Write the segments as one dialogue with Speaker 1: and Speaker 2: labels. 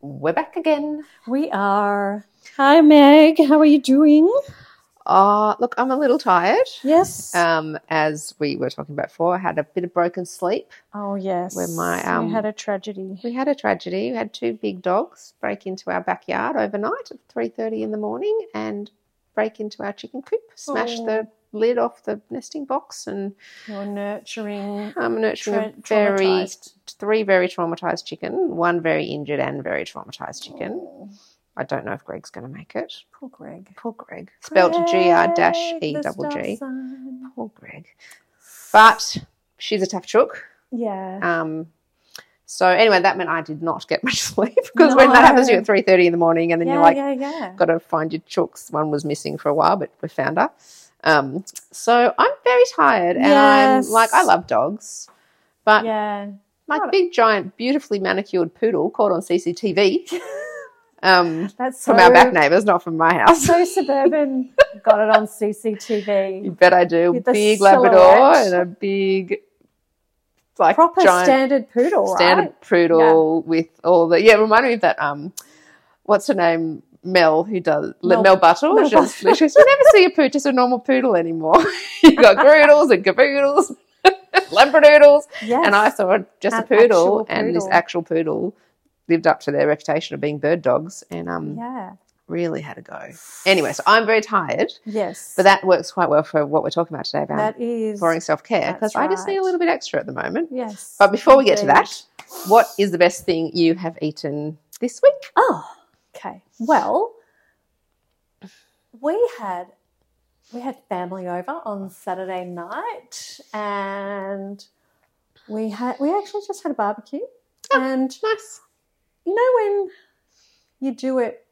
Speaker 1: We're back again.
Speaker 2: We are. Hi, Meg. How are you doing?
Speaker 1: Uh, look, I'm a little tired.
Speaker 2: Yes.
Speaker 1: Um, as we were talking about before, I had a bit of broken sleep.
Speaker 2: oh, yes.
Speaker 1: when my, um,
Speaker 2: we had a tragedy.
Speaker 1: We had a tragedy. We had two big dogs break into our backyard overnight at 3.30 in the morning and break into our chicken coop, smash
Speaker 2: Oh.
Speaker 1: the lid off the nesting box and
Speaker 2: You're nurturing,
Speaker 1: I'm nurturing
Speaker 2: tra-
Speaker 1: a very,
Speaker 2: traumatized.
Speaker 1: three very traumatised chicken, one very injured and very traumatised chicken.
Speaker 2: Oh,
Speaker 1: I don't know if Greg's going to make it.
Speaker 2: poor Greg.
Speaker 1: Poor Greg. Spelt G R dash
Speaker 2: Greg,
Speaker 1: E
Speaker 2: the
Speaker 1: double
Speaker 2: star
Speaker 1: G.
Speaker 2: sign.
Speaker 1: Poor Greg. But she's a tough chook.
Speaker 2: Yeah.
Speaker 1: Um, so anyway, that meant I did not get much sleep because when that
Speaker 2: No.
Speaker 1: happens, you're at three thirty in the morning, and then
Speaker 2: yeah,
Speaker 1: you're like,
Speaker 2: yeah, yeah.
Speaker 1: got to find your chooks. One was missing for a while, but we found her. Um, so I'm very tired, and
Speaker 2: Yes.
Speaker 1: I'm like, I love dogs, but
Speaker 2: yeah.
Speaker 1: my big, giant, beautifully manicured poodle caught on CCTV um,
Speaker 2: That's so,
Speaker 1: from our back neighbours, not from my house.
Speaker 2: so suburban. Got it on CCTV.
Speaker 1: You bet I do.
Speaker 2: With the
Speaker 1: Big Labrador
Speaker 2: silhouette.
Speaker 1: and a big, like
Speaker 2: Proper
Speaker 1: giant
Speaker 2: standard poodle,
Speaker 1: standard
Speaker 2: right?
Speaker 1: poodle with all the yeah. It reminded me of that. Um, what's her name? Mel, who does Mel,
Speaker 2: Mel-
Speaker 1: Mel Buttle.
Speaker 2: Mel
Speaker 1: she was- she goes, you never see a poo, just a normal poodle anymore. you got groodles and caboodles, labradoodles,
Speaker 2: Yes.
Speaker 1: and I saw just a
Speaker 2: An
Speaker 1: poodle,
Speaker 2: actual
Speaker 1: and this
Speaker 2: poodle.
Speaker 1: actual poodle lived up to their reputation of being bird dogs, and um,
Speaker 2: Yeah.
Speaker 1: really had a go. Anyway, so I'm very tired.
Speaker 2: Yes.
Speaker 1: But that um, works quite well for what we're talking about today about
Speaker 2: that is.
Speaker 1: exploring self care
Speaker 2: that's
Speaker 1: because I just need a
Speaker 2: right.
Speaker 1: little bit extra at the moment.
Speaker 2: Yes.
Speaker 1: But before we get to
Speaker 2: indeed.
Speaker 1: that, what is the best thing you have eaten this week?
Speaker 2: Oh, okay. Well, we had we had family over on Saturday night, and we had we actually just had a barbecue. And
Speaker 1: Nice.
Speaker 2: you know when you do it,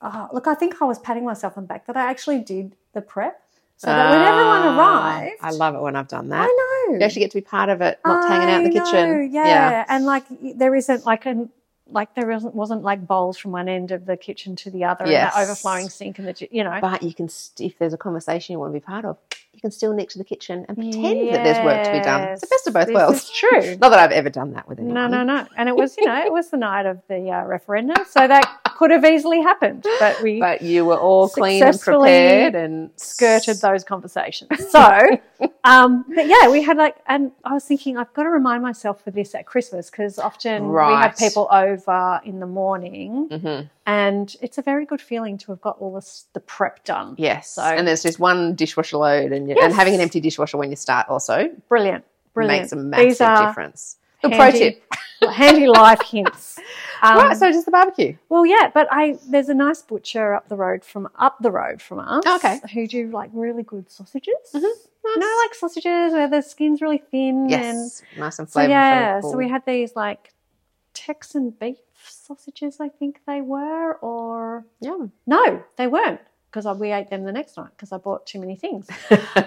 Speaker 2: oh, look, I think I was patting myself on the back that I actually did the prep, so that when everyone
Speaker 1: Ah,
Speaker 2: arrived,
Speaker 1: I love it when I've done that.
Speaker 2: I know
Speaker 1: You actually get to be part of it, not hanging out in the
Speaker 2: I know,
Speaker 1: kitchen.
Speaker 2: Yeah. and like y- there isn't like an like there isn't wasn't like bowls from one end of the kitchen to the other
Speaker 1: Yes.
Speaker 2: and that overflowing sink and the gi- you know.
Speaker 1: But you can, st- if there's a conversation you want to be part of, you can still nick to the kitchen and pretend that there's work to be done. It's the
Speaker 2: Yes,
Speaker 1: best of both
Speaker 2: this
Speaker 1: worlds.
Speaker 2: is true.
Speaker 1: Not that I've ever done that with anyone.
Speaker 2: No, no, no. And it was you know it was the night of the uh, referendum, so that could have easily happened, but we
Speaker 1: But you were all clean and
Speaker 2: Successfully
Speaker 1: prepared and
Speaker 2: skirted those conversations. So, um, but yeah, we had like, and I was thinking, I've got to remind myself for this at Christmas because often we
Speaker 1: Right.
Speaker 2: have people over in the morning,
Speaker 1: Mhm.
Speaker 2: and it's a very good feeling to have got all this, the prep done.
Speaker 1: Yes.
Speaker 2: So-
Speaker 1: and there's just one dishwasher load, and, you, and
Speaker 2: Yes.
Speaker 1: having an empty dishwasher when you start also
Speaker 2: Brilliant, brilliant.
Speaker 1: makes a massive
Speaker 2: These are
Speaker 1: difference. The pro tip.
Speaker 2: handy life hints. Um,
Speaker 1: right, so just the barbecue.
Speaker 2: Well, yeah, but I there's a nice butcher up the road from up the road from us.
Speaker 1: Oh, Okay.
Speaker 2: who do like really good sausages.
Speaker 1: Mhm.
Speaker 2: You know, like sausages where the skin's really thin. and
Speaker 1: yes, nice and flavorful.
Speaker 2: So yeah, so we had these like Texan beef sausages, I think they were, or
Speaker 1: Yum.
Speaker 2: no, they weren't because we ate them the next night because I bought too many things.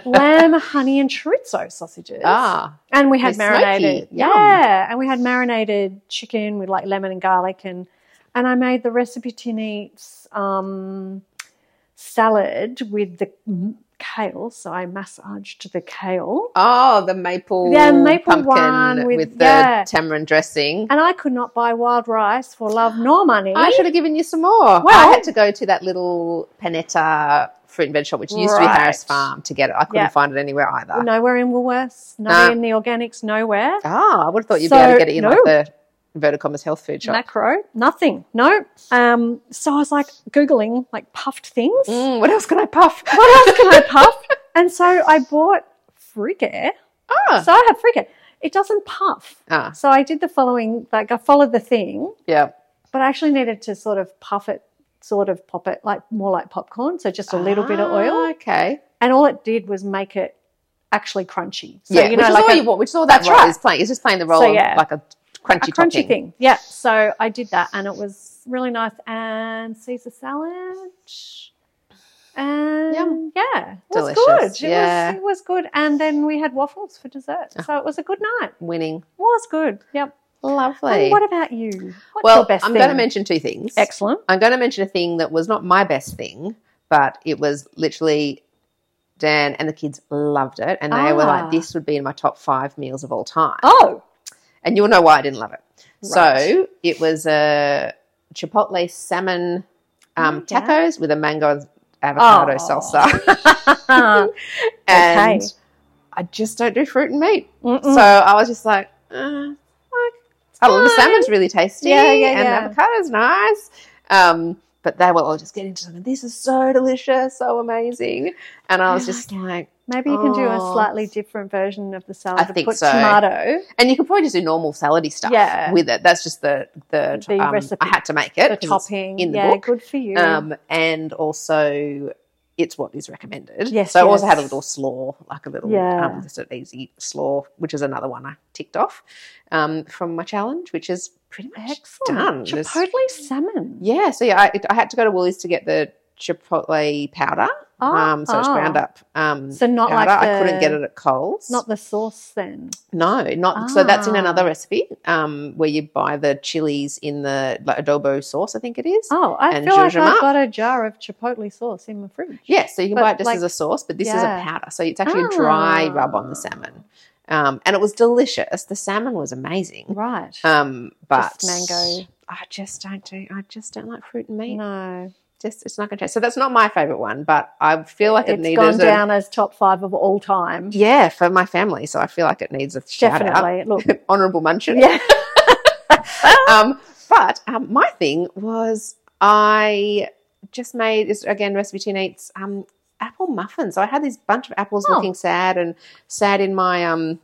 Speaker 2: Lamb, honey, and chorizo sausages.
Speaker 1: ah,
Speaker 2: and we had
Speaker 1: they're
Speaker 2: marinated,
Speaker 1: smoky. Yum.
Speaker 2: yeah, and we had marinated chicken with like lemon and garlic, and and I made the recipitinese um, salad with the mm, kale, so I massaged the kale.
Speaker 1: oh, the maple,
Speaker 2: Yeah, maple
Speaker 1: pumpkin
Speaker 2: one
Speaker 1: with,
Speaker 2: with-
Speaker 1: the
Speaker 2: yeah.
Speaker 1: tamarind dressing.
Speaker 2: and I could not buy wild rice for love nor money.
Speaker 1: I should have given you some more.
Speaker 2: Well-
Speaker 1: I had to go to that little panetta fruit and veg shop, which used to be
Speaker 2: Right.
Speaker 1: Harris Farm, to get it. I couldn't
Speaker 2: Yeah.
Speaker 1: find it anywhere either.
Speaker 2: nowhere in Woolworths, no
Speaker 1: Nah.
Speaker 2: in the organics, nowhere.
Speaker 1: Ah, I would have thought you'd be
Speaker 2: So,
Speaker 1: able to get it in like
Speaker 2: no.
Speaker 1: the inverted commas health food shop.
Speaker 2: Macro, nothing, no. Um, so I was like googling like puffed things.
Speaker 1: Mm, what else can I puff?
Speaker 2: What else can I puff? And so I bought Frigaire.
Speaker 1: Ah,
Speaker 2: So I had Frigaire. It doesn't puff.
Speaker 1: ah,
Speaker 2: So I did the following, like I followed the thing,
Speaker 1: yeah.
Speaker 2: but I actually needed to sort of puff it, sort of pop it, like more like popcorn. So just a little bit of
Speaker 1: Ah,
Speaker 2: oil,
Speaker 1: Okay.
Speaker 2: and all it did was make it actually crunchy. So
Speaker 1: yeah,
Speaker 2: you know,
Speaker 1: which is
Speaker 2: like
Speaker 1: all
Speaker 2: a-
Speaker 1: you want, which is all that
Speaker 2: That's
Speaker 1: role
Speaker 2: right.
Speaker 1: is playing. It's just playing the role
Speaker 2: So, yeah.
Speaker 1: of like a crunchy,
Speaker 2: a crunchy
Speaker 1: topping.
Speaker 2: thing. Yeah. So I did that and it was really nice. And Caesar salad. And
Speaker 1: Yum.
Speaker 2: yeah, it was
Speaker 1: Delicious,
Speaker 2: good. It,
Speaker 1: yeah. Ah.
Speaker 2: was, it was good. And then we had waffles for dessert. So it was a good night.
Speaker 1: Winning.
Speaker 2: Was good. Yep.
Speaker 1: Lovely.
Speaker 2: And what about you? What's
Speaker 1: well,
Speaker 2: your best
Speaker 1: I'm
Speaker 2: thing?
Speaker 1: going to mention two things.
Speaker 2: Excellent.
Speaker 1: I'm going to mention a thing that was not my best thing, but it was literally Dan and the kids loved it, and they were
Speaker 2: Ah.
Speaker 1: like, "This would be in my top five meals of all time."
Speaker 2: Oh,
Speaker 1: And you'll know why I didn't love it. So
Speaker 2: Right.
Speaker 1: it was a chipotle salmon um,
Speaker 2: Mm, Yeah.
Speaker 1: tacos with a mango avocado
Speaker 2: Oh. uh,
Speaker 1: salsa. and
Speaker 2: Okay.
Speaker 1: I just don't do fruit and meat.
Speaker 2: Mm-mm.
Speaker 1: So I was just like, uh, oh, the
Speaker 2: fine.
Speaker 1: salmon's really tasty.
Speaker 2: Yeah, yeah, yeah.
Speaker 1: And the avocado's nice. Um, but they were all just getting to something. This is so delicious, so amazing. And I was
Speaker 2: I
Speaker 1: just like,
Speaker 2: Maybe you can do a
Speaker 1: Oh.
Speaker 2: slightly different version of the salad.
Speaker 1: I
Speaker 2: to
Speaker 1: think
Speaker 2: put
Speaker 1: so.
Speaker 2: tomato.
Speaker 1: and you could probably just do normal salady stuff
Speaker 2: Yeah.
Speaker 1: with it. That's just the the,
Speaker 2: The
Speaker 1: um,
Speaker 2: recipe.
Speaker 1: I had to make it
Speaker 2: the
Speaker 1: 'cause it's-
Speaker 2: topping.
Speaker 1: in the
Speaker 2: yeah,
Speaker 1: book.
Speaker 2: good for you.
Speaker 1: um, and also it's what is recommended.
Speaker 2: Yes,
Speaker 1: So I also had a
Speaker 2: yes.
Speaker 1: little slaw, like a little
Speaker 2: Yeah.
Speaker 1: um, just an easy slaw, which is another one I ticked off um, from my challenge, which is pretty much done.
Speaker 2: Excellent.
Speaker 1: There's-
Speaker 2: Chipotle salmon.
Speaker 1: Yeah, so yeah, I, it- I had to go to Woolies to get the chipotle powder. um, so it's
Speaker 2: Ah.
Speaker 1: ground up um,
Speaker 2: So not
Speaker 1: powder.
Speaker 2: like
Speaker 1: I couldn't
Speaker 2: the-
Speaker 1: get it at Coles.
Speaker 2: Not the sauce then.
Speaker 1: No, not so. That's in
Speaker 2: Ah.
Speaker 1: another recipe um, where you buy the chilies in the like, adobo sauce. I think it is.
Speaker 2: Oh, I
Speaker 1: And
Speaker 2: feel like
Speaker 1: zhuzh 'em
Speaker 2: I've
Speaker 1: up.
Speaker 2: got a jar of chipotle sauce in my fridge.
Speaker 1: Yeah, so you can
Speaker 2: But,
Speaker 1: buy it just
Speaker 2: like,
Speaker 1: as a sauce, but this is
Speaker 2: yeah.
Speaker 1: a powder. So it's actually a dry rub on the
Speaker 2: Ah.
Speaker 1: salmon. Um, and it was delicious. The salmon was amazing.
Speaker 2: Right.
Speaker 1: Um, but
Speaker 2: Just mango.
Speaker 1: I just don't do. I just don't like fruit and meat.
Speaker 2: No,
Speaker 1: Just it's not going to taste. So that's not my favorite one, but I feel like it
Speaker 2: it's
Speaker 1: needed
Speaker 2: gone
Speaker 1: a-
Speaker 2: down as top five of all time.
Speaker 1: yeah for my family. So I feel like it needs a shout out,
Speaker 2: Definitely. Look,
Speaker 1: honorable mention.
Speaker 2: yeah,
Speaker 1: um, but um, my thing was I just made this again recipe teen eats um, apple muffins. So I had this bunch of apples
Speaker 2: Oh.
Speaker 1: looking sad and sad in my um,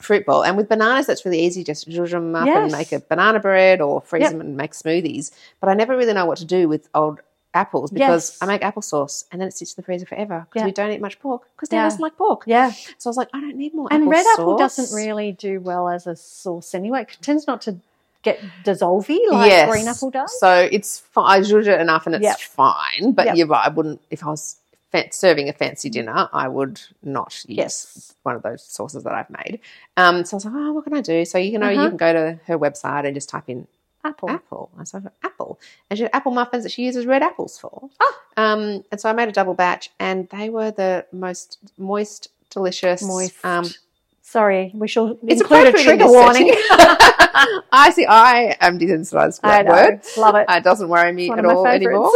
Speaker 1: fruit bowl. And with bananas, that's really easy. Just zhuzh them up and
Speaker 2: Yes.
Speaker 1: make a banana bread or freeze
Speaker 2: Yep.
Speaker 1: them and make smoothies. But I never really know what to do with old apples because
Speaker 2: Yes.
Speaker 1: I make applesauce and then it sits in the freezer forever because
Speaker 2: Yeah.
Speaker 1: we don't eat much pork because Dan
Speaker 2: Yeah.
Speaker 1: doesn't like pork.
Speaker 2: yeah.
Speaker 1: So I was like, I don't need more
Speaker 2: And red apple doesn't
Speaker 1: applesauce.
Speaker 2: really do well as a sauce anyway. It tends not to get dissolvey like green apple does.
Speaker 1: So it's fine. I zhuzh it enough and it's
Speaker 2: Yep.
Speaker 1: fine. But
Speaker 2: Yep. Mm-hmm.
Speaker 1: you're right. I wouldn't, if I was fa- serving a fancy dinner, I would not use
Speaker 2: Yes.
Speaker 1: one of those sauces that I've made. Um, so I was like, oh, what can I do? So you know,
Speaker 2: Uh-huh.
Speaker 1: you can go to her website and just type in
Speaker 2: Apple.
Speaker 1: apple. I said apple, and she had apple muffins that she uses red apples for.
Speaker 2: Oh.
Speaker 1: Um, and so I made a double batch, and they were the most moist, delicious,
Speaker 2: Moist.
Speaker 1: Um,
Speaker 2: Sorry, we shall
Speaker 1: it's
Speaker 2: include a
Speaker 1: appropriate in
Speaker 2: trigger
Speaker 1: this
Speaker 2: warning.
Speaker 1: setting. I see. I am desensitized to
Speaker 2: I
Speaker 1: that
Speaker 2: know.
Speaker 1: word.
Speaker 2: Love it.
Speaker 1: It doesn't worry me
Speaker 2: One
Speaker 1: at
Speaker 2: of my
Speaker 1: all anymore.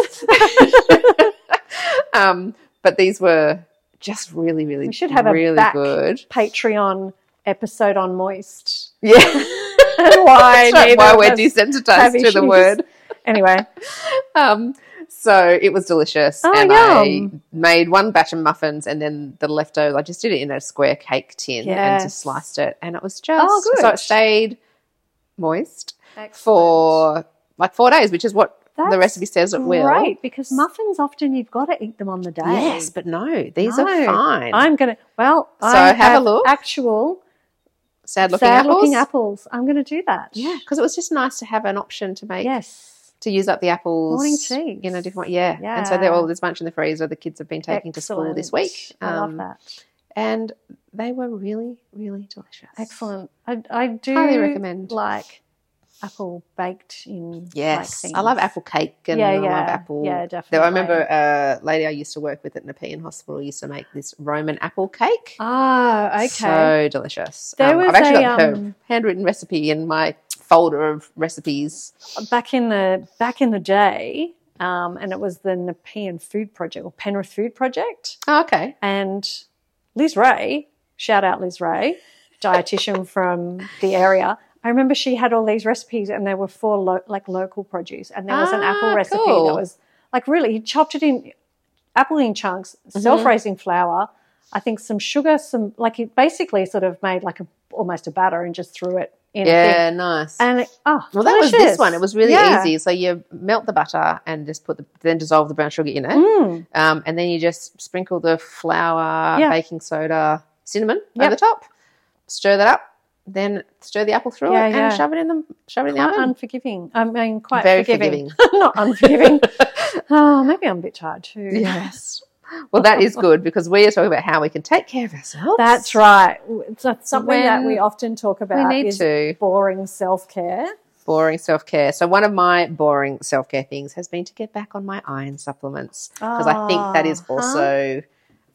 Speaker 1: um, but these were just really, really,
Speaker 2: We should have a
Speaker 1: really
Speaker 2: back-
Speaker 1: good.
Speaker 2: Patreon episode on moist.
Speaker 1: Yeah,
Speaker 2: Why
Speaker 1: That's
Speaker 2: neither
Speaker 1: why
Speaker 2: of
Speaker 1: we're
Speaker 2: us
Speaker 1: desensitized
Speaker 2: have
Speaker 1: to the
Speaker 2: issues.
Speaker 1: word.
Speaker 2: Anyway,
Speaker 1: Um, so it was delicious,
Speaker 2: Oh,
Speaker 1: and
Speaker 2: yum.
Speaker 1: I made one batch of muffins, and then the leftovers. I just did it in a square cake tin and
Speaker 2: Yes. Oh,
Speaker 1: just sliced it, and it was just so it
Speaker 2: good.
Speaker 1: stayed moist for like four days, which is what the
Speaker 2: That's
Speaker 1: recipe says it will.
Speaker 2: Right, because muffins often you've got to eat them on the day.
Speaker 1: Yes, but no, these are
Speaker 2: No.
Speaker 1: fine.
Speaker 2: I'm gonna. Well,
Speaker 1: So
Speaker 2: I
Speaker 1: have a look.
Speaker 2: Actual
Speaker 1: sad looking
Speaker 2: sad
Speaker 1: apples.
Speaker 2: looking apples. I'm gonna do that.
Speaker 1: Yeah, because it was just nice to have an option to make
Speaker 2: Yes.
Speaker 1: to use up the apples
Speaker 2: Morning cheese.
Speaker 1: in a different yeah. And so they're all there's a bunch in the freezer the kids have been taking to school this
Speaker 2: Excellent.
Speaker 1: week.
Speaker 2: I love
Speaker 1: Um,
Speaker 2: that.
Speaker 1: And they were really, really delicious.
Speaker 2: Excellent. I, I do
Speaker 1: Highly recommend.
Speaker 2: like apple baked in.
Speaker 1: Yes.
Speaker 2: like
Speaker 1: I love
Speaker 2: things.
Speaker 1: apple cake and I love apple.
Speaker 2: Yeah, definitely.
Speaker 1: Though I remember a lady I used to work with at Nepean Hospital used to make this Roman apple cake.
Speaker 2: Ah, okay.
Speaker 1: So delicious.
Speaker 2: There
Speaker 1: Um,
Speaker 2: was
Speaker 1: I've actually
Speaker 2: a,
Speaker 1: got her
Speaker 2: um,
Speaker 1: handwritten recipe in my folder of recipes.
Speaker 2: back in the back in the day, um, and it was the Nepean Food Project or Penrith Food Project.
Speaker 1: Oh, okay.
Speaker 2: and Liz Ray, shout out Liz Ray, dietitian from the area. I remember she had all these recipes, and they were for lo- like local produce. And there was an apple
Speaker 1: Ah,
Speaker 2: recipe
Speaker 1: cool.
Speaker 2: that was like really he chopped it in apple in chunks,
Speaker 1: Mm-hmm.
Speaker 2: self-raising flour. I think some sugar, some like he basically sort of made like a, almost a batter and just threw it in. a thing.
Speaker 1: Yeah, nice.
Speaker 2: And it, oh,
Speaker 1: Well, that was this
Speaker 2: delicious.
Speaker 1: one. It was really
Speaker 2: Yeah.
Speaker 1: easy. So you melt the butter and just put the then dissolve the brown sugar in it,
Speaker 2: Mm,
Speaker 1: um, and then you just sprinkle the flour,
Speaker 2: Yeah.
Speaker 1: baking soda, cinnamon
Speaker 2: Yep.
Speaker 1: over the top. Stir that up, then stir the apple through
Speaker 2: Yeah,
Speaker 1: it,
Speaker 2: yeah.
Speaker 1: and shove it in the shove it in the
Speaker 2: quite
Speaker 1: oven.
Speaker 2: unforgiving. I mean, quite
Speaker 1: Very
Speaker 2: forgiving. Not unforgiving. oh, maybe I'm a bit tired too.
Speaker 1: Yes. Well, that is good because we are talking about how we can take care of ourselves.
Speaker 2: That's right. It's not something
Speaker 1: When
Speaker 2: that we often talk
Speaker 1: We
Speaker 2: about
Speaker 1: need
Speaker 2: is
Speaker 1: to.
Speaker 2: boring self care.
Speaker 1: Boring self care. So, one of my boring self care things has been to get back on my iron supplements because I think that is
Speaker 2: Ah, huh.
Speaker 1: also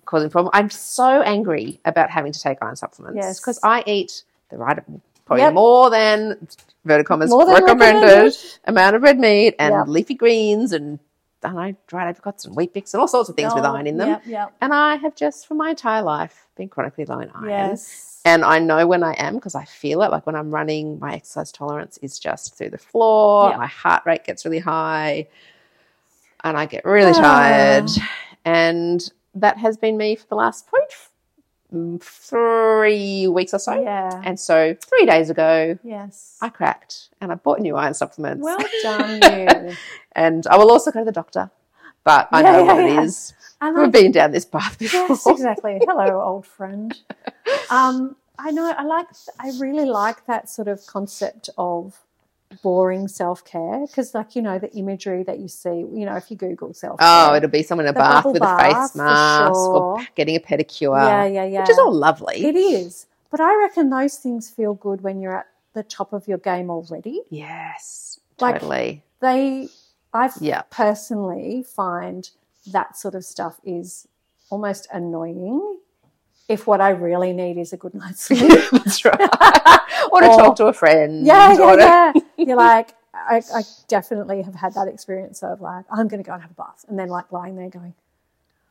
Speaker 1: causing problem. I'm so angry about having to take iron supplements
Speaker 2: Yes.
Speaker 1: because I eat the right probably
Speaker 2: Yep.
Speaker 1: more than inverted commas
Speaker 2: More than
Speaker 1: recommended,
Speaker 2: recommended.
Speaker 1: amount of red meat and
Speaker 2: Yep.
Speaker 1: leafy greens and I don't know, dried apricots and wheat bix and all sorts of things with
Speaker 2: Oh,
Speaker 1: iron in them.
Speaker 2: Yep, yep.
Speaker 1: And I have just for my entire life been chronically low in iron.
Speaker 2: Yes.
Speaker 1: And I know when I am because I feel it. Like when I'm running, my exercise tolerance is just through the floor.
Speaker 2: Yeah.
Speaker 1: My heart rate gets really high and I get really
Speaker 2: Ah.
Speaker 1: tired. And that has been me for the last probably f- mm, three weeks or so.
Speaker 2: yeah.
Speaker 1: And so three days ago,
Speaker 2: Yes.
Speaker 1: I cracked and I bought new iron supplements.
Speaker 2: well done, you.
Speaker 1: and I will also go to the doctor, but I
Speaker 2: Yeah,
Speaker 1: know
Speaker 2: yeah,
Speaker 1: what
Speaker 2: yeah.
Speaker 1: it is.
Speaker 2: And I
Speaker 1: We've been down this path before.
Speaker 2: Yes, exactly. Hello, old friend. Um, I know. I like. I really like that sort of concept of boring self care because, like, you know, the imagery that you see. You know, if you Google self care.
Speaker 1: Oh, it'll be someone in a
Speaker 2: The
Speaker 1: bath
Speaker 2: bubble
Speaker 1: with a
Speaker 2: bath,
Speaker 1: face
Speaker 2: for
Speaker 1: mask
Speaker 2: sure.
Speaker 1: or getting a pedicure,
Speaker 2: yeah, yeah, yeah.
Speaker 1: which is all lovely.
Speaker 2: It is. But I reckon those things feel good when you're at the top of your game already.
Speaker 1: Yes,
Speaker 2: Like-
Speaker 1: totally.
Speaker 2: They, I've
Speaker 1: Yeah.
Speaker 2: personally find that sort of stuff is almost annoying. If what I really need is a good night's sleep.
Speaker 1: That's right. or to
Speaker 2: Or-
Speaker 1: talk to a friend.
Speaker 2: Yeah,
Speaker 1: or to-
Speaker 2: yeah, yeah. You're like, I, I definitely have had that experience of like, I'm going to go and have a bath, and then like lying there going,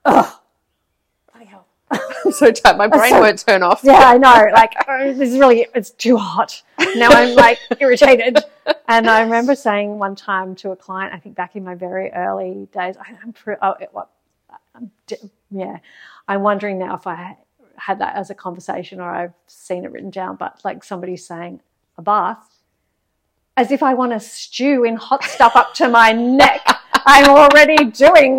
Speaker 2: oh, bloody hell.
Speaker 1: I'm so tired. My brain
Speaker 2: so-
Speaker 1: won't turn off.
Speaker 2: Yeah, I know. Like, oh, this is really, it's too hot. Now I'm like irritated. And I remember saying one time to a client, I think back in my very early days, I, I'm, pre- oh, it, what, I'm, di- yeah, I'm wondering now if I had that as a conversation or I've seen it written down, but like somebody saying a bath, as if I want to stew in hot stuff up to my neck. I'm already doing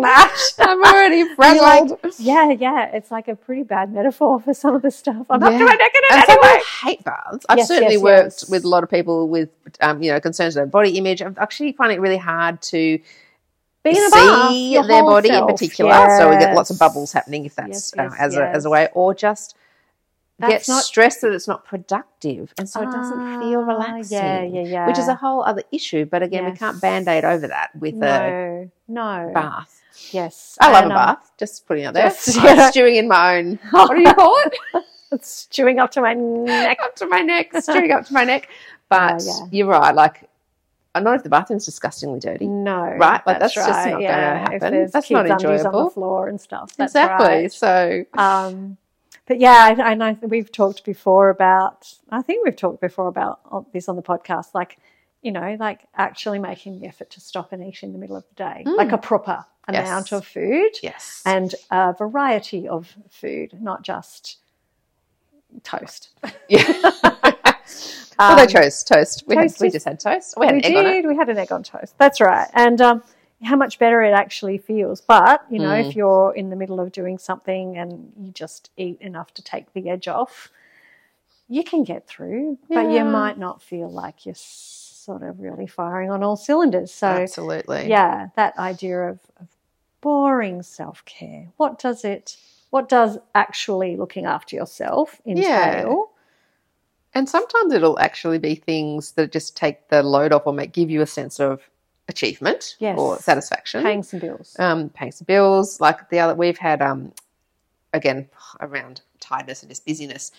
Speaker 2: that.
Speaker 1: I'm already
Speaker 2: You're like,
Speaker 1: frazzled.
Speaker 2: yeah, yeah. It's like a pretty bad metaphor for some of the stuff. I'm up to
Speaker 1: Yeah.
Speaker 2: my neck in
Speaker 1: And
Speaker 2: it
Speaker 1: some
Speaker 2: anyway.
Speaker 1: people hate baths. I've
Speaker 2: Yes,
Speaker 1: certainly
Speaker 2: yes,
Speaker 1: worked
Speaker 2: yes.
Speaker 1: with a lot of people with, um, you know, concerns about body image. I actually find it really hard to
Speaker 2: Being a bath,
Speaker 1: see
Speaker 2: your
Speaker 1: their
Speaker 2: whole
Speaker 1: body in
Speaker 2: self,
Speaker 1: particular. So we get lots of
Speaker 2: yes.
Speaker 1: bubbles happening if that's
Speaker 2: Yes,
Speaker 1: uh,
Speaker 2: yes,
Speaker 1: as, A, as a
Speaker 2: yes.
Speaker 1: way, or just
Speaker 2: That's
Speaker 1: get
Speaker 2: not-
Speaker 1: stressed that it's not productive, and so it doesn't feel
Speaker 2: Ah,
Speaker 1: relaxing.
Speaker 2: Yeah, yeah, yeah.
Speaker 1: Which is a whole other issue. But again, we can't
Speaker 2: Yes.
Speaker 1: band aid over that with
Speaker 2: no, no.
Speaker 1: a bath.
Speaker 2: Yes,
Speaker 1: I love
Speaker 2: And,
Speaker 1: a
Speaker 2: um,
Speaker 1: bath. Just putting it out there.
Speaker 2: just-
Speaker 1: I'm
Speaker 2: yeah.
Speaker 1: stewing in my own. What do you call it?
Speaker 2: It's stewing up to my neck.
Speaker 1: up to my neck, stewing up to my neck. But
Speaker 2: Oh, yeah.
Speaker 1: you're right. Like, I'm not if the bathroom's disgustingly dirty.
Speaker 2: No,
Speaker 1: Right, like, that's just not gonna
Speaker 2: If
Speaker 1: happen.
Speaker 2: there's
Speaker 1: That's
Speaker 2: kids'
Speaker 1: not
Speaker 2: undies on
Speaker 1: enjoyable.
Speaker 2: the floor and stuff. That's
Speaker 1: exactly.
Speaker 2: right.
Speaker 1: So
Speaker 2: um, but yeah, I, I know we've talked before about. I think we've talked before about on- this on the podcast. Like, you know, like actually making the effort to stop and eat in the middle of the day,
Speaker 1: Mm.
Speaker 2: like a proper
Speaker 1: Yes.
Speaker 2: amount of food
Speaker 1: yes,
Speaker 2: and a variety of food, not just toast.
Speaker 1: yeah. well, Oh, they chose toast. We, had,
Speaker 2: Um, toast
Speaker 1: we
Speaker 2: is-
Speaker 1: just had toast. We had
Speaker 2: we
Speaker 1: an egg on it.
Speaker 2: did. We had an egg on toast. That's right. And um, how much better it actually feels. But you know,
Speaker 1: Mm.
Speaker 2: if you're in the middle of doing something and you just eat enough to take the edge off, you can get through.
Speaker 1: Yeah.
Speaker 2: But you might not feel like you're sort of really firing on all cylinders. So
Speaker 1: Absolutely.
Speaker 2: yeah, that idea of, of boring self care. What does it? What does actually looking after yourself
Speaker 1: Yeah.
Speaker 2: entail?
Speaker 1: And sometimes it'll actually be things that just take the load off or make give you a sense of achievement
Speaker 2: Yes.
Speaker 1: or satisfaction.
Speaker 2: Paying some bills.
Speaker 1: um, paying some bills. Like the other, we've had um, again around tiredness and just busyness.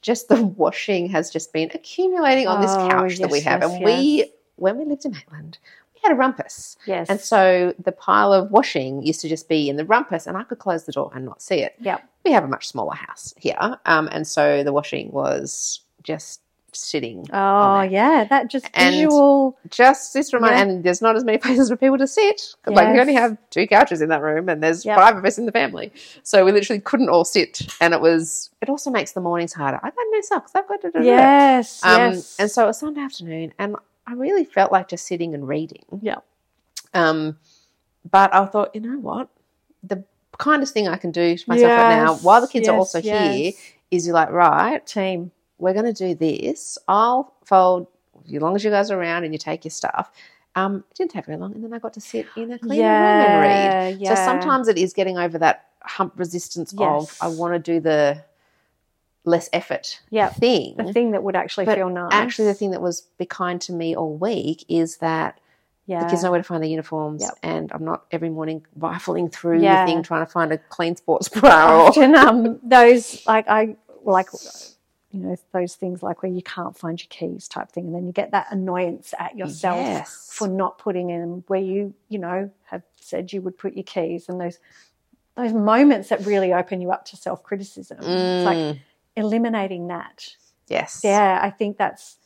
Speaker 1: Just the washing has just been accumulating on this
Speaker 2: Oh,
Speaker 1: couch that we
Speaker 2: yes,
Speaker 1: have,
Speaker 2: yes,
Speaker 1: and we when we lived in Maitland, we had a rumpus,
Speaker 2: yes.
Speaker 1: and so the pile of washing used to just be in the rumpus, and I could close the door and not see it.
Speaker 2: Yep.
Speaker 1: We have a much smaller house here, um, and so the washing was just sitting
Speaker 2: Oh
Speaker 1: that.
Speaker 2: yeah, that just
Speaker 1: And-
Speaker 2: visual.
Speaker 1: just this reminder,
Speaker 2: Yeah.
Speaker 1: and there's not as many places for people to sit. 'cause, Like we
Speaker 2: Yes.
Speaker 1: only have two couches in that room, and there's
Speaker 2: Yep.
Speaker 1: five of us in the family, so we literally couldn't all sit. And it was. It also makes the mornings harder. I got no socks. I've got to do
Speaker 2: Yes,
Speaker 1: Um,
Speaker 2: yes.
Speaker 1: And so it was Sunday afternoon, and I really felt like just sitting and reading.
Speaker 2: Yep.
Speaker 1: Um, but I thought, you know what, the kindest thing I can do to myself right now,
Speaker 2: Yes,
Speaker 1: while the kids are
Speaker 2: yes,
Speaker 1: also here,
Speaker 2: yes.
Speaker 1: is you're like, right,
Speaker 2: team.
Speaker 1: we're going to do this. I'll fold as long as you guys are around and you take your stuff. Um, it didn't take very long, and then I got to sit in a clean room and read.
Speaker 2: yeah, yeah.
Speaker 1: So sometimes it is getting over that hump resistance
Speaker 2: Yes.
Speaker 1: of I want to do the less effort
Speaker 2: Yeah.
Speaker 1: thing.
Speaker 2: the thing that would actually
Speaker 1: Mm. But
Speaker 2: feel nice.
Speaker 1: Actually, the thing that was be kind to me all week is that
Speaker 2: yeah,
Speaker 1: the kids know where to find their uniforms,
Speaker 2: Yep.
Speaker 1: and I'm not every morning rifling through
Speaker 2: Yeah.
Speaker 1: the Oh. thing trying to find a clean sports bra. Or,
Speaker 2: often um, those like I like you know, those things like where you can't find your keys type thing. And then you get that annoyance at yourself
Speaker 1: Yes.
Speaker 2: for not putting in where you, you know, have said you would put your keys and those those moments that really open you up to self criticism. It's like
Speaker 1: Mm,
Speaker 2: eliminating that.
Speaker 1: yes.
Speaker 2: Yeah, I think that's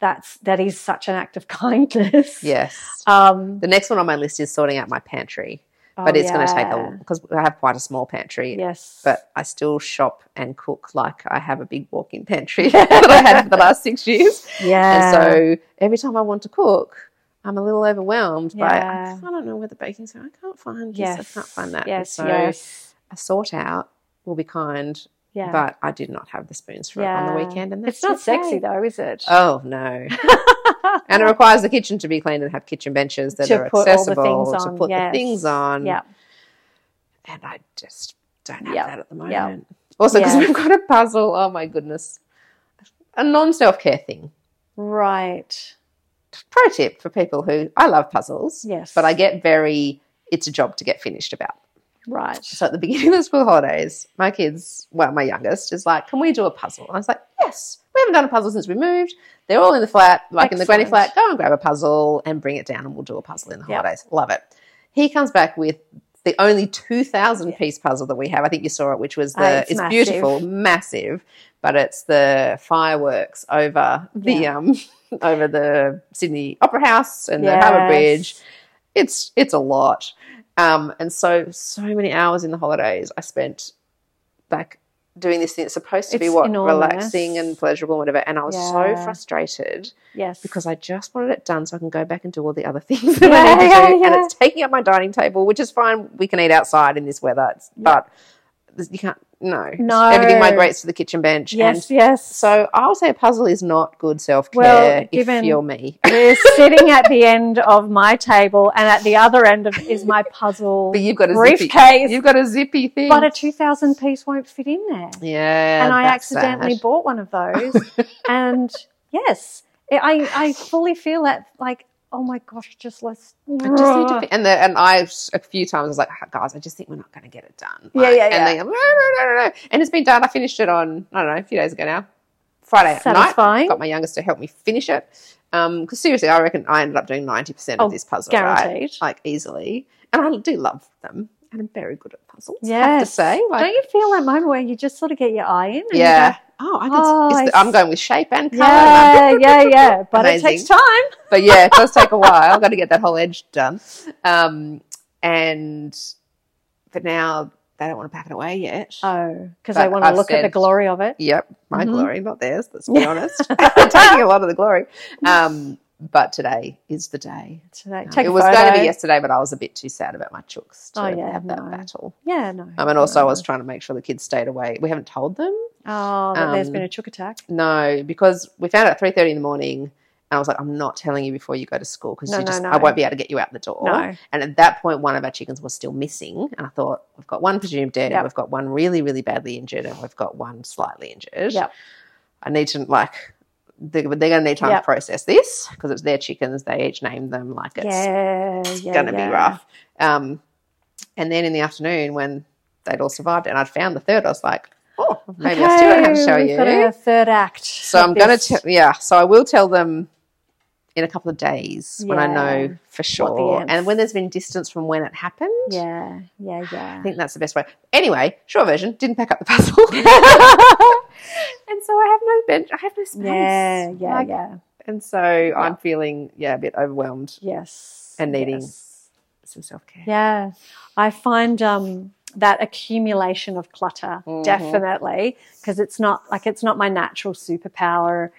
Speaker 2: that's that is such an act of kindness.
Speaker 1: Yes.
Speaker 2: Um
Speaker 1: The next one on my list is sorting out my pantry, but
Speaker 2: oh,
Speaker 1: it's going to take
Speaker 2: yeah.
Speaker 1: a because I have quite a small pantry.
Speaker 2: Yes.
Speaker 1: But I still shop and cook like I have a big walk-in pantry that I had for the last six years.
Speaker 2: yeah.
Speaker 1: And so every time I want to cook, I'm a little overwhelmed
Speaker 2: Yeah.
Speaker 1: by I don't know where the baking soda. I can't find
Speaker 2: yes.
Speaker 1: this. I can't find that. And
Speaker 2: Yes,
Speaker 1: so
Speaker 2: yes.
Speaker 1: a sort out will be kind,
Speaker 2: Yeah.
Speaker 1: but I did not have the spoons for it on the
Speaker 2: Yeah.
Speaker 1: weekend, and that's
Speaker 2: it's not sexy
Speaker 1: okay.
Speaker 2: though, is it?
Speaker 1: Oh no! and it requires the kitchen to be clean and have kitchen benches that
Speaker 2: To
Speaker 1: are
Speaker 2: put all the
Speaker 1: accessible
Speaker 2: things
Speaker 1: to
Speaker 2: on,
Speaker 1: put
Speaker 2: yes.
Speaker 1: the things on.
Speaker 2: yeah.
Speaker 1: And I just don't have
Speaker 2: Yep.
Speaker 1: that at the moment.
Speaker 2: Yep.
Speaker 1: Also, because
Speaker 2: Yeah.
Speaker 1: we've got a puzzle. Oh my goodness! A non-self care thing.
Speaker 2: Right.
Speaker 1: Pro tip for people who I love puzzles,
Speaker 2: Yes.
Speaker 1: but I get very it's a job to get finished about.
Speaker 2: right.
Speaker 1: So at the beginning of the school holidays, my kids, well, my youngest is like, "Can we do a puzzle?" And I was like, "Yes, we haven't done a puzzle since we moved. They're all in the flat, like in the granny
Speaker 2: Excellent.
Speaker 1: flat. Go and grab a puzzle and bring it down, and we'll do a puzzle in the
Speaker 2: Yep.
Speaker 1: holidays. Love it." He comes back with the only two thousand piece puzzle that we have. I think you saw it, which was the
Speaker 2: Oh, it's
Speaker 1: it's,
Speaker 2: massive.
Speaker 1: beautiful, massive, but it's the fireworks over the
Speaker 2: Yeah.
Speaker 1: um over the Sydney Opera House and the Harbour
Speaker 2: Yes.
Speaker 1: Bridge it's it's a lot um and so so many hours in the holidays i spent like doing this thing that's supposed to be
Speaker 2: It's
Speaker 1: what
Speaker 2: enormous.
Speaker 1: relaxing and pleasurable and whatever and i was so
Speaker 2: Yeah.
Speaker 1: frustrated
Speaker 2: Yes.
Speaker 1: because i just wanted it done so i can go back and do all the other things that i
Speaker 2: Yeah,
Speaker 1: need to
Speaker 2: yeah,
Speaker 1: do and
Speaker 2: yeah.
Speaker 1: it's taking up my dining table which is fine we can eat outside in this weather it's- but this- you can't no
Speaker 2: No.
Speaker 1: everything migrates to the kitchen bench
Speaker 2: yes,
Speaker 1: and
Speaker 2: yes.
Speaker 1: so i would say a puzzle is not good self-care
Speaker 2: Well,
Speaker 1: if
Speaker 2: given-
Speaker 1: you're me
Speaker 2: we're sitting at the end of my table, and at the other end of is my puzzle
Speaker 1: but you've got a zippy,
Speaker 2: briefcase.
Speaker 1: you've got a zippy thing
Speaker 2: but a two thousand piece won't fit in there,
Speaker 1: Yeah.
Speaker 2: and I
Speaker 1: that's
Speaker 2: accidentally
Speaker 1: sad.
Speaker 2: bought one of those. and yes, I I fully feel that like oh my gosh, just let's
Speaker 1: I just need to fi- and the, and I a few times was like, "Ah, guys, I just think we're not going to get it done.
Speaker 2: Yeah,
Speaker 1: Like,
Speaker 2: yeah,
Speaker 1: And
Speaker 2: yeah.
Speaker 1: they go, no, no, no, no, no. And it's been done. I finished it on I don't know a few days ago now, Friday at night.
Speaker 2: Satisfying.
Speaker 1: Got my youngest to help me finish it. Um, because seriously, I reckon I ended up doing ninety percent
Speaker 2: Oh,
Speaker 1: of this puzzle, right?
Speaker 2: guaranteed.
Speaker 1: Like easily. And I do love them, and I'm very good at puzzles. I have to
Speaker 2: Yes.
Speaker 1: say, like,
Speaker 2: Don't you feel that moment where you just sort of get your eye in? And
Speaker 1: yeah. Oh, I could,
Speaker 2: Oh,
Speaker 1: it's
Speaker 2: I
Speaker 1: the, I'm going with shape and
Speaker 2: You
Speaker 1: color.
Speaker 2: go, yeah, yeah, yeah. But it takes
Speaker 1: Amazing.
Speaker 2: time.
Speaker 1: but yeah, it does take a while. I've got to get that whole edge done. Um, and but now they don't want to pack it away yet.
Speaker 2: Oh, because
Speaker 1: But
Speaker 2: I want to
Speaker 1: I've
Speaker 2: look at the
Speaker 1: said-
Speaker 2: glory of it.
Speaker 1: Yep, my
Speaker 2: Mhm.
Speaker 1: glory, not theirs. Let's be honest. I'm taking a lot of the glory. Um, but today is the day.
Speaker 2: Today.
Speaker 1: Um,
Speaker 2: Take
Speaker 1: it
Speaker 2: a
Speaker 1: was going to
Speaker 2: photo.
Speaker 1: be yesterday, but I was a bit too sad about my chooks to
Speaker 2: Oh, yeah,
Speaker 1: have that
Speaker 2: no.
Speaker 1: battle.
Speaker 2: Yeah, no.
Speaker 1: Um, and also, I
Speaker 2: no.
Speaker 1: was trying to make sure the kids stayed away. We haven't told them.
Speaker 2: Oh, that there's
Speaker 1: um,
Speaker 2: been a chook attack.
Speaker 1: No, because we found out at three thirty in the morning, and I was like, "I'm not telling you before you go to school because
Speaker 2: No,
Speaker 1: you
Speaker 2: no,
Speaker 1: just
Speaker 2: no.
Speaker 1: I won't be able to get you out the door."
Speaker 2: No.
Speaker 1: And at that point, one of our chickens was still missing. And I thought, we've got one presumed dead,
Speaker 2: Yep.
Speaker 1: and we've got one really, really badly injured, and we've got one slightly injured.
Speaker 2: Yep.
Speaker 1: I need to, like, they- they're going to need time
Speaker 2: Yep.
Speaker 1: to process this because it's their chickens. They each named them like it's
Speaker 2: Yeah, yeah.
Speaker 1: going to
Speaker 2: yeah.
Speaker 1: be rough. Um, and then in the afternoon, when they'd all survived and I'd found the third, I was like, oh, maybe I still don't have to show
Speaker 2: Okay,
Speaker 1: you.
Speaker 2: We've got a third act.
Speaker 1: So
Speaker 2: of
Speaker 1: I'm going
Speaker 2: this.
Speaker 1: to, yeah. So I will tell them in a couple of days when I
Speaker 2: Yeah.
Speaker 1: know for sure,
Speaker 2: ants.
Speaker 1: and when there's been distance from when it happened.
Speaker 2: Yeah, yeah, yeah.
Speaker 1: I think that's the best way. Anyway, short version didn't pack up the puzzle, and so I have no bench. I have no space.
Speaker 2: Yeah, yeah,
Speaker 1: Like,
Speaker 2: yeah.
Speaker 1: And so I'm feeling yeah a bit overwhelmed.
Speaker 2: Yes.
Speaker 1: And needing-
Speaker 2: yes.
Speaker 1: Some self care.
Speaker 2: Yeah, I find um, that accumulation of clutter
Speaker 1: Mhm.
Speaker 2: definitely because it's not like it's not my natural superpower.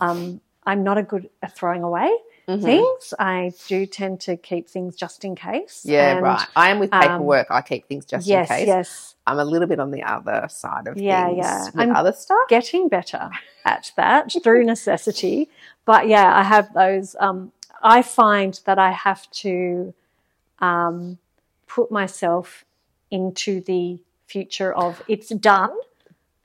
Speaker 2: Um, I'm not a good at throwing away
Speaker 1: Mm-hmm.
Speaker 2: things. I do tend to keep things just in case.
Speaker 1: Yeah,
Speaker 2: And,
Speaker 1: right. I am with
Speaker 2: um,
Speaker 1: paperwork. I keep things just
Speaker 2: yes,
Speaker 1: in case.
Speaker 2: yes.
Speaker 1: I'm a little bit on the other side of
Speaker 2: Yeah,
Speaker 1: things
Speaker 2: yeah.
Speaker 1: with
Speaker 2: I'm-
Speaker 1: other stuff.
Speaker 2: Getting better at that through necessity, but yeah, I have those. Um, I find that I have to um, put myself into the future of it's done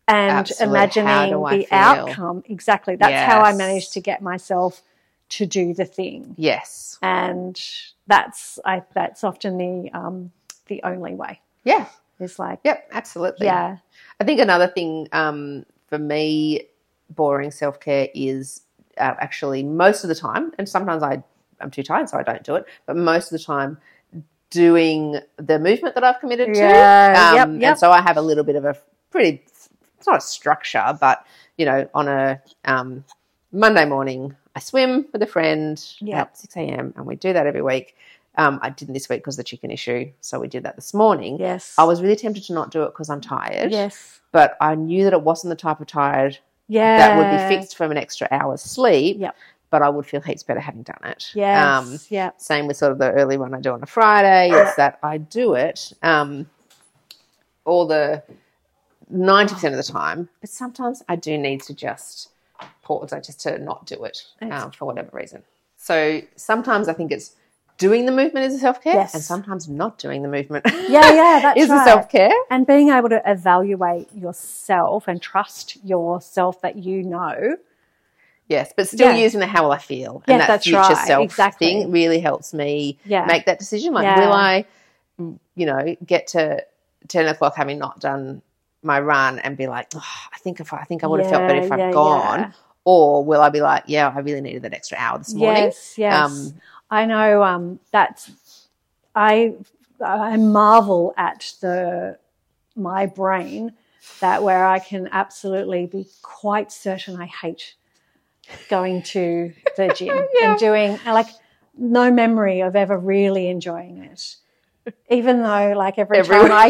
Speaker 2: and
Speaker 1: Absolutely. How do
Speaker 2: imagining the
Speaker 1: I feel?
Speaker 2: outcome. Exactly. That's how I
Speaker 1: Yes.
Speaker 2: managed to get myself to do the thing,
Speaker 1: Yes.
Speaker 2: and that's I, that's often the um, the only way.
Speaker 1: Yeah.
Speaker 2: It's like
Speaker 1: Yep. Absolutely.
Speaker 2: yeah,
Speaker 1: I think another thing um, for me, boring self care is uh, actually most of the time, and sometimes I, I'm too tired, so I don't do it, but most of the time, doing the movement that I've committed
Speaker 2: Yeah,
Speaker 1: to. Um,
Speaker 2: yep, yep.
Speaker 1: And so I have a little bit of a pretty, it's not a structure, but, you know, on a um, Monday morning, I swim with a friend
Speaker 2: Yeah.
Speaker 1: at 6 a.m., and we do that every week. Um, I didn't this week because of the chicken issue, so we did that this morning.
Speaker 2: Yes.
Speaker 1: I was really tempted to not do it because I'm tired.
Speaker 2: Yes.
Speaker 1: But I knew that it wasn't the type of tired
Speaker 2: Yeah.
Speaker 1: that would be fixed from an extra hour's sleep.
Speaker 2: Yep.
Speaker 1: But I would feel heaps better having done it.
Speaker 2: Yes.
Speaker 1: Um,
Speaker 2: yeah.
Speaker 1: same with sort of the early one I do on a Friday. It's that I do it um, all the ninety percent of the time, but sometimes I do need to just pause, like just to not do it um, for whatever reason. So sometimes I think it's doing the movement is a self care,
Speaker 2: Yes.
Speaker 1: and sometimes not doing the movement
Speaker 2: Yeah, yeah, that's
Speaker 1: is
Speaker 2: right.
Speaker 1: a self care.
Speaker 2: and being able to evaluate yourself and trust yourself that you know.
Speaker 1: Yes, but still
Speaker 2: Yeah.
Speaker 1: using the how will I feel
Speaker 2: Yeah,
Speaker 1: and that
Speaker 2: that's
Speaker 1: future
Speaker 2: right,
Speaker 1: self
Speaker 2: exactly.
Speaker 1: thing really helps me
Speaker 2: Yeah.
Speaker 1: make that decision. Like,
Speaker 2: Yeah.
Speaker 1: will I, mm, you know, get to ten o'clock having not done my run and be like, "Oh, I think if I, I think I would have felt
Speaker 2: Yeah,
Speaker 1: better if I'd
Speaker 2: yeah,
Speaker 1: gone,
Speaker 2: yeah.
Speaker 1: or will I be like, yeah, I really needed that extra hour this morning?
Speaker 2: Yes, yes.
Speaker 1: Um,
Speaker 2: I know um, that I I marvel at the my brain that where I can absolutely be quite certain I hate going to the gym
Speaker 1: Yeah.
Speaker 2: and doing and, like no memory of ever really enjoying it. Even though like every
Speaker 1: Every
Speaker 2: time
Speaker 1: week.
Speaker 2: I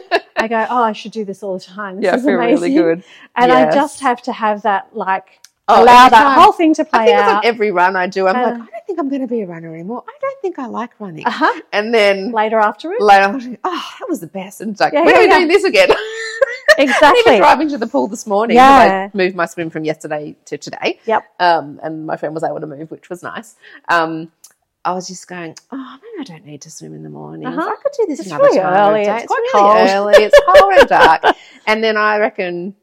Speaker 2: go, I go, oh, I should do this all the time. This
Speaker 1: yeah, I
Speaker 2: is
Speaker 1: feel
Speaker 2: amazing.
Speaker 1: really good.
Speaker 2: And I
Speaker 1: Yes.
Speaker 2: just have to have that like
Speaker 1: Oh,
Speaker 2: allow
Speaker 1: every
Speaker 2: that
Speaker 1: time.
Speaker 2: whole thing to
Speaker 1: I
Speaker 2: play
Speaker 1: think it's on
Speaker 2: out.
Speaker 1: every run I do. I'm
Speaker 2: Uh,
Speaker 1: like, I don't think I'm going to be a runner anymore. I don't think I like running.
Speaker 2: uh-huh.
Speaker 1: And then
Speaker 2: Later afterwards.
Speaker 1: later, I'm like, oh, that was the best. And it's like,
Speaker 2: Yeah,
Speaker 1: when
Speaker 2: yeah,
Speaker 1: are we
Speaker 2: yeah.
Speaker 1: doing this again? And
Speaker 2: Exactly.
Speaker 1: even driving to the pool this morning,
Speaker 2: Yeah.
Speaker 1: 'cause I moved my swim from yesterday to today.
Speaker 2: Yep.
Speaker 1: Um, and my friend was able to move, which was nice. Um, I was just going, oh, maybe I don't need to swim in the morning.
Speaker 2: Uh-huh.
Speaker 1: I could do this
Speaker 2: It's
Speaker 1: another
Speaker 2: really
Speaker 1: time. of
Speaker 2: early.
Speaker 1: day.
Speaker 2: It's
Speaker 1: It's
Speaker 2: quite
Speaker 1: really
Speaker 2: cold."
Speaker 1: early. It's cold and dark. And then I reckon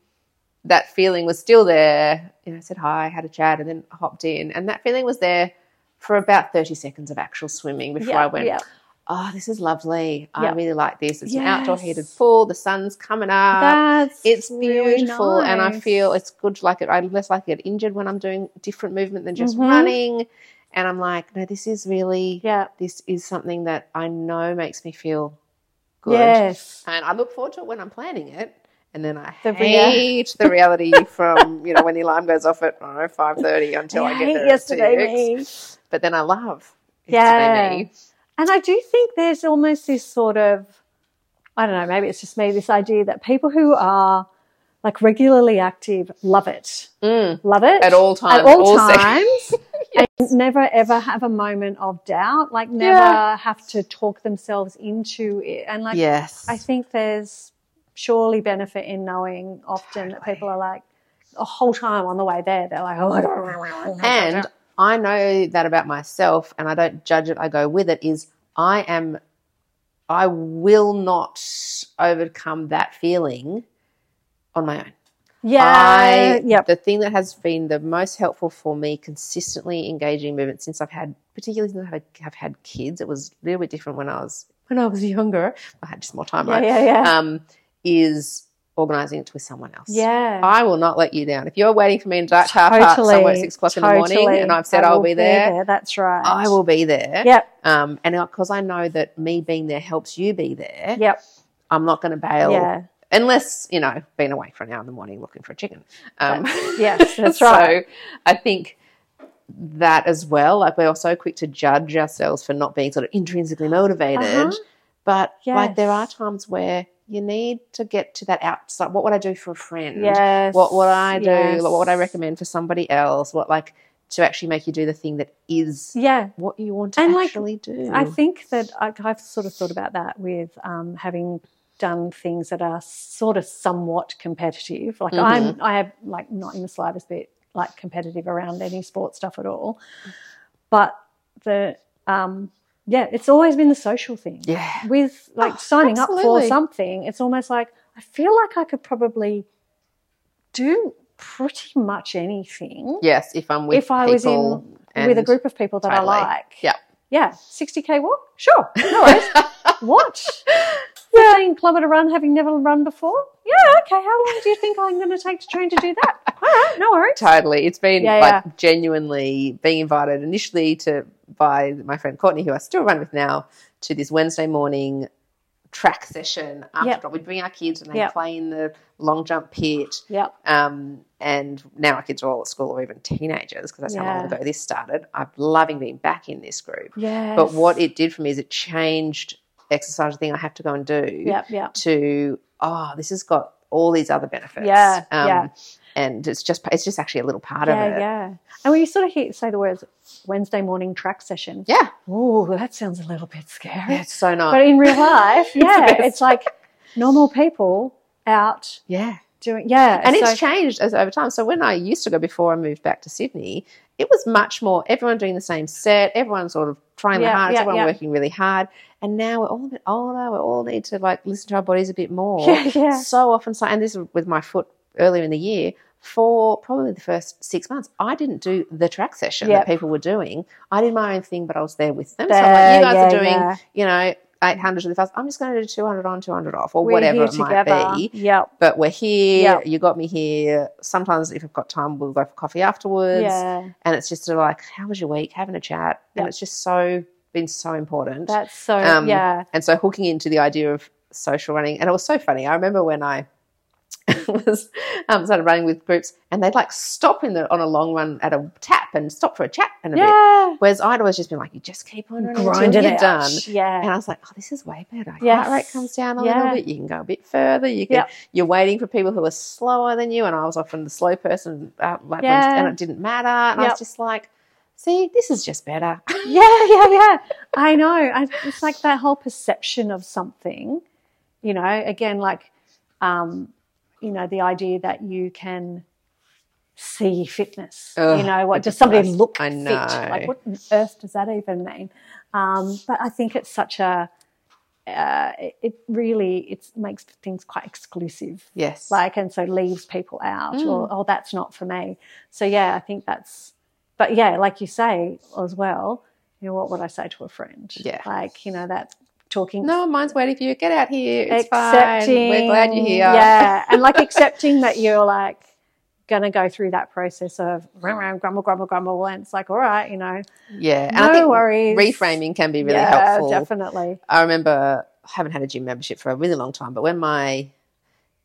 Speaker 1: that feeling was still there. You know, I said hi, had a chat, and then hopped in. And that feeling was there for about 30 seconds of actual swimming before I went, oh, this is lovely. I
Speaker 2: Yeah.
Speaker 1: really like this. It's an outdoor
Speaker 2: Yes.
Speaker 1: heated pool. The sun's coming up.
Speaker 2: That's
Speaker 1: Uh, It's
Speaker 2: really
Speaker 1: beautiful, and I
Speaker 2: nice.
Speaker 1: feel it's good. to Like it, I'm less likely to get injured when I'm doing different movement than just
Speaker 2: Mhm.
Speaker 1: running. And I'm like, no, this is really,
Speaker 2: yeah.
Speaker 1: this is something that I know makes me feel good.
Speaker 2: Yes.
Speaker 1: And I look forward to it when I'm planning it. And then I
Speaker 2: The rea-
Speaker 1: hate the reality from you know when the alarm goes off at I don't know five thirty until I,
Speaker 2: I
Speaker 1: get
Speaker 2: hate
Speaker 1: there at
Speaker 2: yesterday
Speaker 1: six. But then I love
Speaker 2: Yeah.
Speaker 1: yesterday me.
Speaker 2: And I do think there's almost this sort of, I don't know, maybe it's just me, this idea that people who are like regularly active love it,
Speaker 1: Mm.
Speaker 2: love it
Speaker 1: at all times,
Speaker 2: at all,
Speaker 1: seconds.
Speaker 2: times. And never ever have a moment of doubt, like never
Speaker 1: Yeah.
Speaker 2: have to talk themselves into it. And like,
Speaker 1: yes,
Speaker 2: I think there's surely benefit in knowing often that people are like, the whole time on the way there, they're like, oh my God.
Speaker 1: and I know that about myself, and I don't judge it. I go with it. Is I am, I will not overcome that feeling on my own.
Speaker 2: yeah.
Speaker 1: I
Speaker 2: yep.
Speaker 1: the thing that has been the most helpful for me consistently engaging movement since I've had, particularly since I've, I've had kids. It was a little bit different when I was when I was younger. I had just more time,
Speaker 2: Yeah,
Speaker 1: right?
Speaker 2: yeah, yeah.
Speaker 1: Um, is organizing it with someone else.
Speaker 2: Yeah.
Speaker 1: I will not let you down. If you're waiting for me in a dark car park somewhere at six o'clock in the
Speaker 2: totally.
Speaker 1: morning and I've said
Speaker 2: I
Speaker 1: I'll
Speaker 2: will
Speaker 1: be there,
Speaker 2: That's right.
Speaker 1: I will be there.
Speaker 2: Yep.
Speaker 1: Um, and because I know that me being there helps you be there,
Speaker 2: Yep.
Speaker 1: I'm not going to bail
Speaker 2: Yeah.
Speaker 1: unless, you know, being awake for an hour in the morning looking for a chicken. Um,
Speaker 2: Yes, that's right.
Speaker 1: So I think that as well, like we're so quick to judge ourselves for not being sort of intrinsically motivated.
Speaker 2: Uh-huh.
Speaker 1: But like there are
Speaker 2: Yes.
Speaker 1: times where you need to get to that outside. What would I do for a friend?
Speaker 2: Yes.
Speaker 1: what would I do?
Speaker 2: yes.
Speaker 1: Like, what would I recommend for somebody else? What like to actually make you do the thing that is
Speaker 2: Yeah.
Speaker 1: what you want to
Speaker 2: Mm. And, like,
Speaker 1: actually do?
Speaker 2: I think that I, I've sort of thought about that with um, having done things that are sort of somewhat competitive. Like I'm,
Speaker 1: Mm-hmm.
Speaker 2: I have like not in the slightest bit like competitive around any sport stuff at all. But the um, yeah, it's always been the social thing.
Speaker 1: yeah,
Speaker 2: With like
Speaker 1: Oh,
Speaker 2: signing up for
Speaker 1: absolutely.
Speaker 2: something, it's almost like I feel like I could probably do pretty much anything
Speaker 1: yes. If I'm with
Speaker 2: if I was
Speaker 1: people
Speaker 2: in with a
Speaker 1: and-
Speaker 2: group of people that
Speaker 1: Totally.
Speaker 2: I like.
Speaker 1: Yeah.
Speaker 2: Yeah. 60k walk? Sure. No worries. what? 15 kilometre run having never run before? Yeah, okay. How long do you think I'm going to take to train to do that? All right, no worries.
Speaker 1: Totally. It's been
Speaker 2: Yeah,
Speaker 1: like genuinely being invited initially to by my friend Courtney, who I still run with now, to this Wednesday morning track session after
Speaker 2: Yep.
Speaker 1: drop. We bring our kids and they
Speaker 2: Yep.
Speaker 1: play in the long jump pit.
Speaker 2: Yep.
Speaker 1: Um, and now our kids are all at school or even teenagers because that's how long
Speaker 2: Yeah.
Speaker 1: ago this started. I'm loving being back in this group.
Speaker 2: Yes.
Speaker 1: But what it did for me is it changed exercise, the thing I have to go and do
Speaker 2: Yep, yep.
Speaker 1: to oh, this has got all these other benefits. Um,
Speaker 2: Yeah, yeah.
Speaker 1: And it's just it's just actually a little part of
Speaker 2: Yeah,
Speaker 1: it.
Speaker 2: yeah. And when you sort of hear, say the words Wednesday morning track session,
Speaker 1: Yeah.
Speaker 2: oh, that sounds a little bit scary.
Speaker 1: Yeah, it's so nice.
Speaker 2: But in real life,
Speaker 1: the
Speaker 2: yeah,
Speaker 1: best.
Speaker 2: it's, like normal people out
Speaker 1: yeah.
Speaker 2: doing, yeah.
Speaker 1: And
Speaker 2: so-
Speaker 1: it's changed as over time. So when I used to go before I moved back to Sydney, it was much more everyone doing the same set, everyone sort of trying
Speaker 2: Yeah,
Speaker 1: the hardest,
Speaker 2: yeah,
Speaker 1: everyone
Speaker 2: yeah.
Speaker 1: working really hard. And now we're all a bit older, we all need to like listen to our bodies a bit more.
Speaker 2: Yeah, yeah.
Speaker 1: So often so and this is with my foot earlier in the year, for probably the first six months, I didn't do the track session
Speaker 2: Yep.
Speaker 1: that people were doing. I did my own thing, but I was there with them. so
Speaker 2: There,
Speaker 1: I'm like, you guys
Speaker 2: yeah,
Speaker 1: are doing,
Speaker 2: yeah.
Speaker 1: you know, 800 really fast. I'm just going to do 200 on, 200 off, or
Speaker 2: We're
Speaker 1: whatever
Speaker 2: here
Speaker 1: it might be
Speaker 2: Yep.
Speaker 1: but we're here.
Speaker 2: Yep.
Speaker 1: You got me here. Sometimes, if I've got time, we'll go for coffee afterwards.
Speaker 2: Yeah.
Speaker 1: And it's just sort of like, how was your week? Having a chat.
Speaker 2: Yep.
Speaker 1: And it's just so been so important.
Speaker 2: That's so,
Speaker 1: Um,
Speaker 2: yeah.
Speaker 1: and so hooking into the idea of social running, and it was so funny. I remember when I was um, started running with groups, and they'd like stop in the on a long run at a tap and stop for a chat and a bit.
Speaker 2: Yeah.
Speaker 1: Whereas I'd always just been like, you just keep on running
Speaker 2: Grind
Speaker 1: until
Speaker 2: it
Speaker 1: you're
Speaker 2: out.
Speaker 1: done.
Speaker 2: Yeah.
Speaker 1: And I was like, oh, this is way better. Your
Speaker 2: Yes.
Speaker 1: Heart rate comes down a
Speaker 2: Yeah.
Speaker 1: little bit. You can go a bit further. You can.
Speaker 2: Yep.
Speaker 1: You're waiting for people who are slower than you, and I was often the slow person. Uh, like,
Speaker 2: Yeah.
Speaker 1: and it didn't matter. And I
Speaker 2: Yep.
Speaker 1: was just like, see, this is just better.
Speaker 2: yeah, yeah, yeah. I know. I, it's like that whole perception of something, you know, again, like, um, you know, the idea that you can see fitness, you
Speaker 1: Ugh,
Speaker 2: know, what
Speaker 1: it
Speaker 2: does
Speaker 1: just
Speaker 2: somebody
Speaker 1: does.
Speaker 2: look
Speaker 1: I
Speaker 2: fit?
Speaker 1: know.
Speaker 2: Like, what on earth does that even mean? Um, but I think it's such a, uh, it- it really it makes things quite exclusive
Speaker 1: yes.
Speaker 2: like and so leaves people out
Speaker 1: Mm.
Speaker 2: or oh that's not for me so yeah i think that's but yeah like you say as well you know what would i say to a friend
Speaker 1: Yeah.
Speaker 2: like you know that talking
Speaker 1: no, mine's waiting for you. Get out here. It's fine.
Speaker 2: accepting
Speaker 1: We're glad you're here.
Speaker 2: yeah and like accepting that you're like gonna go through that process of ram ram grumble grumble grumble and it's like all right you know
Speaker 1: Yeah. And
Speaker 2: no
Speaker 1: I think
Speaker 2: worries
Speaker 1: reframing can be really
Speaker 2: yeah,
Speaker 1: helpful.
Speaker 2: definitely
Speaker 1: I remember I haven't had a gym membership for a really long time, but when my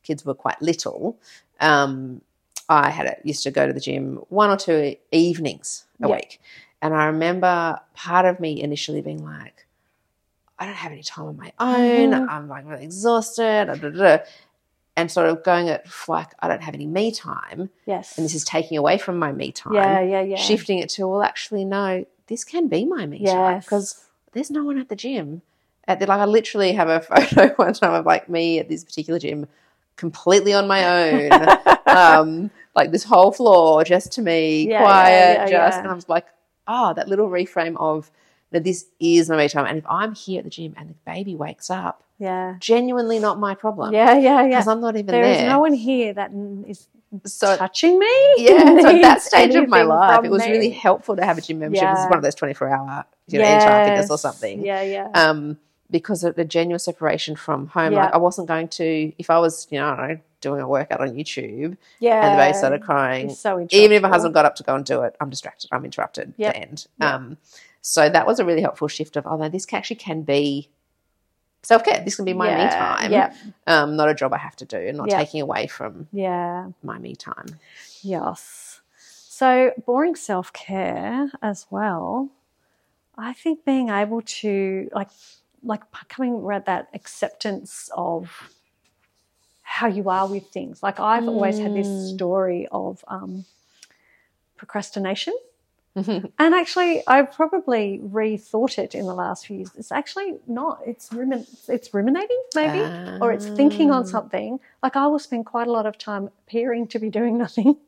Speaker 1: kids were quite little, um, I had a, used to go to the gym one or two evenings a
Speaker 2: Yeah.
Speaker 1: week, and I remember part of me initially being like, "I don't have any time on my own.
Speaker 2: Mhm.
Speaker 1: I'm like really exhausted," da, da, da, da, and sort of going at like, "I don't have any me time,"
Speaker 2: yes
Speaker 1: and this is taking away from my me time.
Speaker 2: yeah yeah yeah
Speaker 1: Shifting it to, "Well, actually, no, this can be my me time
Speaker 2: yes
Speaker 1: because there's no one at the gym. At the, like I literally have a photo one time of like me at this particular gym, completely on my own, um, like this whole floor just to me,
Speaker 2: Yeah,
Speaker 1: quiet,
Speaker 2: yeah, yeah,
Speaker 1: just.
Speaker 2: yeah.
Speaker 1: And I was like, ah, that little reframe of that this is my me time, and if I'm here at the gym and the baby wakes up,
Speaker 2: yeah
Speaker 1: genuinely not my problem.
Speaker 2: yeah yeah yeah
Speaker 1: Because I'm not even
Speaker 2: There
Speaker 1: there.
Speaker 2: is no one here that n- is
Speaker 1: so
Speaker 2: touching me.
Speaker 1: yeah, so at that
Speaker 2: needs
Speaker 1: stage of my
Speaker 2: anything
Speaker 1: life,
Speaker 2: from
Speaker 1: it was
Speaker 2: me.
Speaker 1: really helpful to have a gym membership. This is
Speaker 2: Yeah.
Speaker 1: one of those 24 hour, you know, HR fitness or
Speaker 2: Yes.
Speaker 1: something.
Speaker 2: Yeah, yeah,
Speaker 1: um, because of the genuine separation from home.
Speaker 2: Yeah.
Speaker 1: Like I wasn't going to, if I was, you know, I don't know, doing a workout on YouTube
Speaker 2: yeah.
Speaker 1: and the baby started crying,
Speaker 2: It's so
Speaker 1: even if my
Speaker 2: interruptible.
Speaker 1: husband got up to go and do it, I'm distracted, I'm interrupted.
Speaker 2: Yep.
Speaker 1: The end.
Speaker 2: Yep.
Speaker 1: Um, so that was a really helpful shift of, oh no, this actually can be self care. This can be my me
Speaker 2: Yeah,
Speaker 1: time,
Speaker 2: Yeah,
Speaker 1: um, not a job I have to do, and not
Speaker 2: Yeah.
Speaker 1: taking away from
Speaker 2: yeah,
Speaker 1: my me time.
Speaker 2: yes. So boring self care as well. I think being able to like, like coming around that acceptance of how you are with things. Like I've always had this
Speaker 1: Mm.
Speaker 2: story of um, procrastination. And actually, I've probably rethought it in the last few years. It's actually not. It's rumin- it's ruminating maybe, or it's thinking on
Speaker 1: Ah.
Speaker 2: something. Like I will spend quite a lot of time appearing to be doing nothing,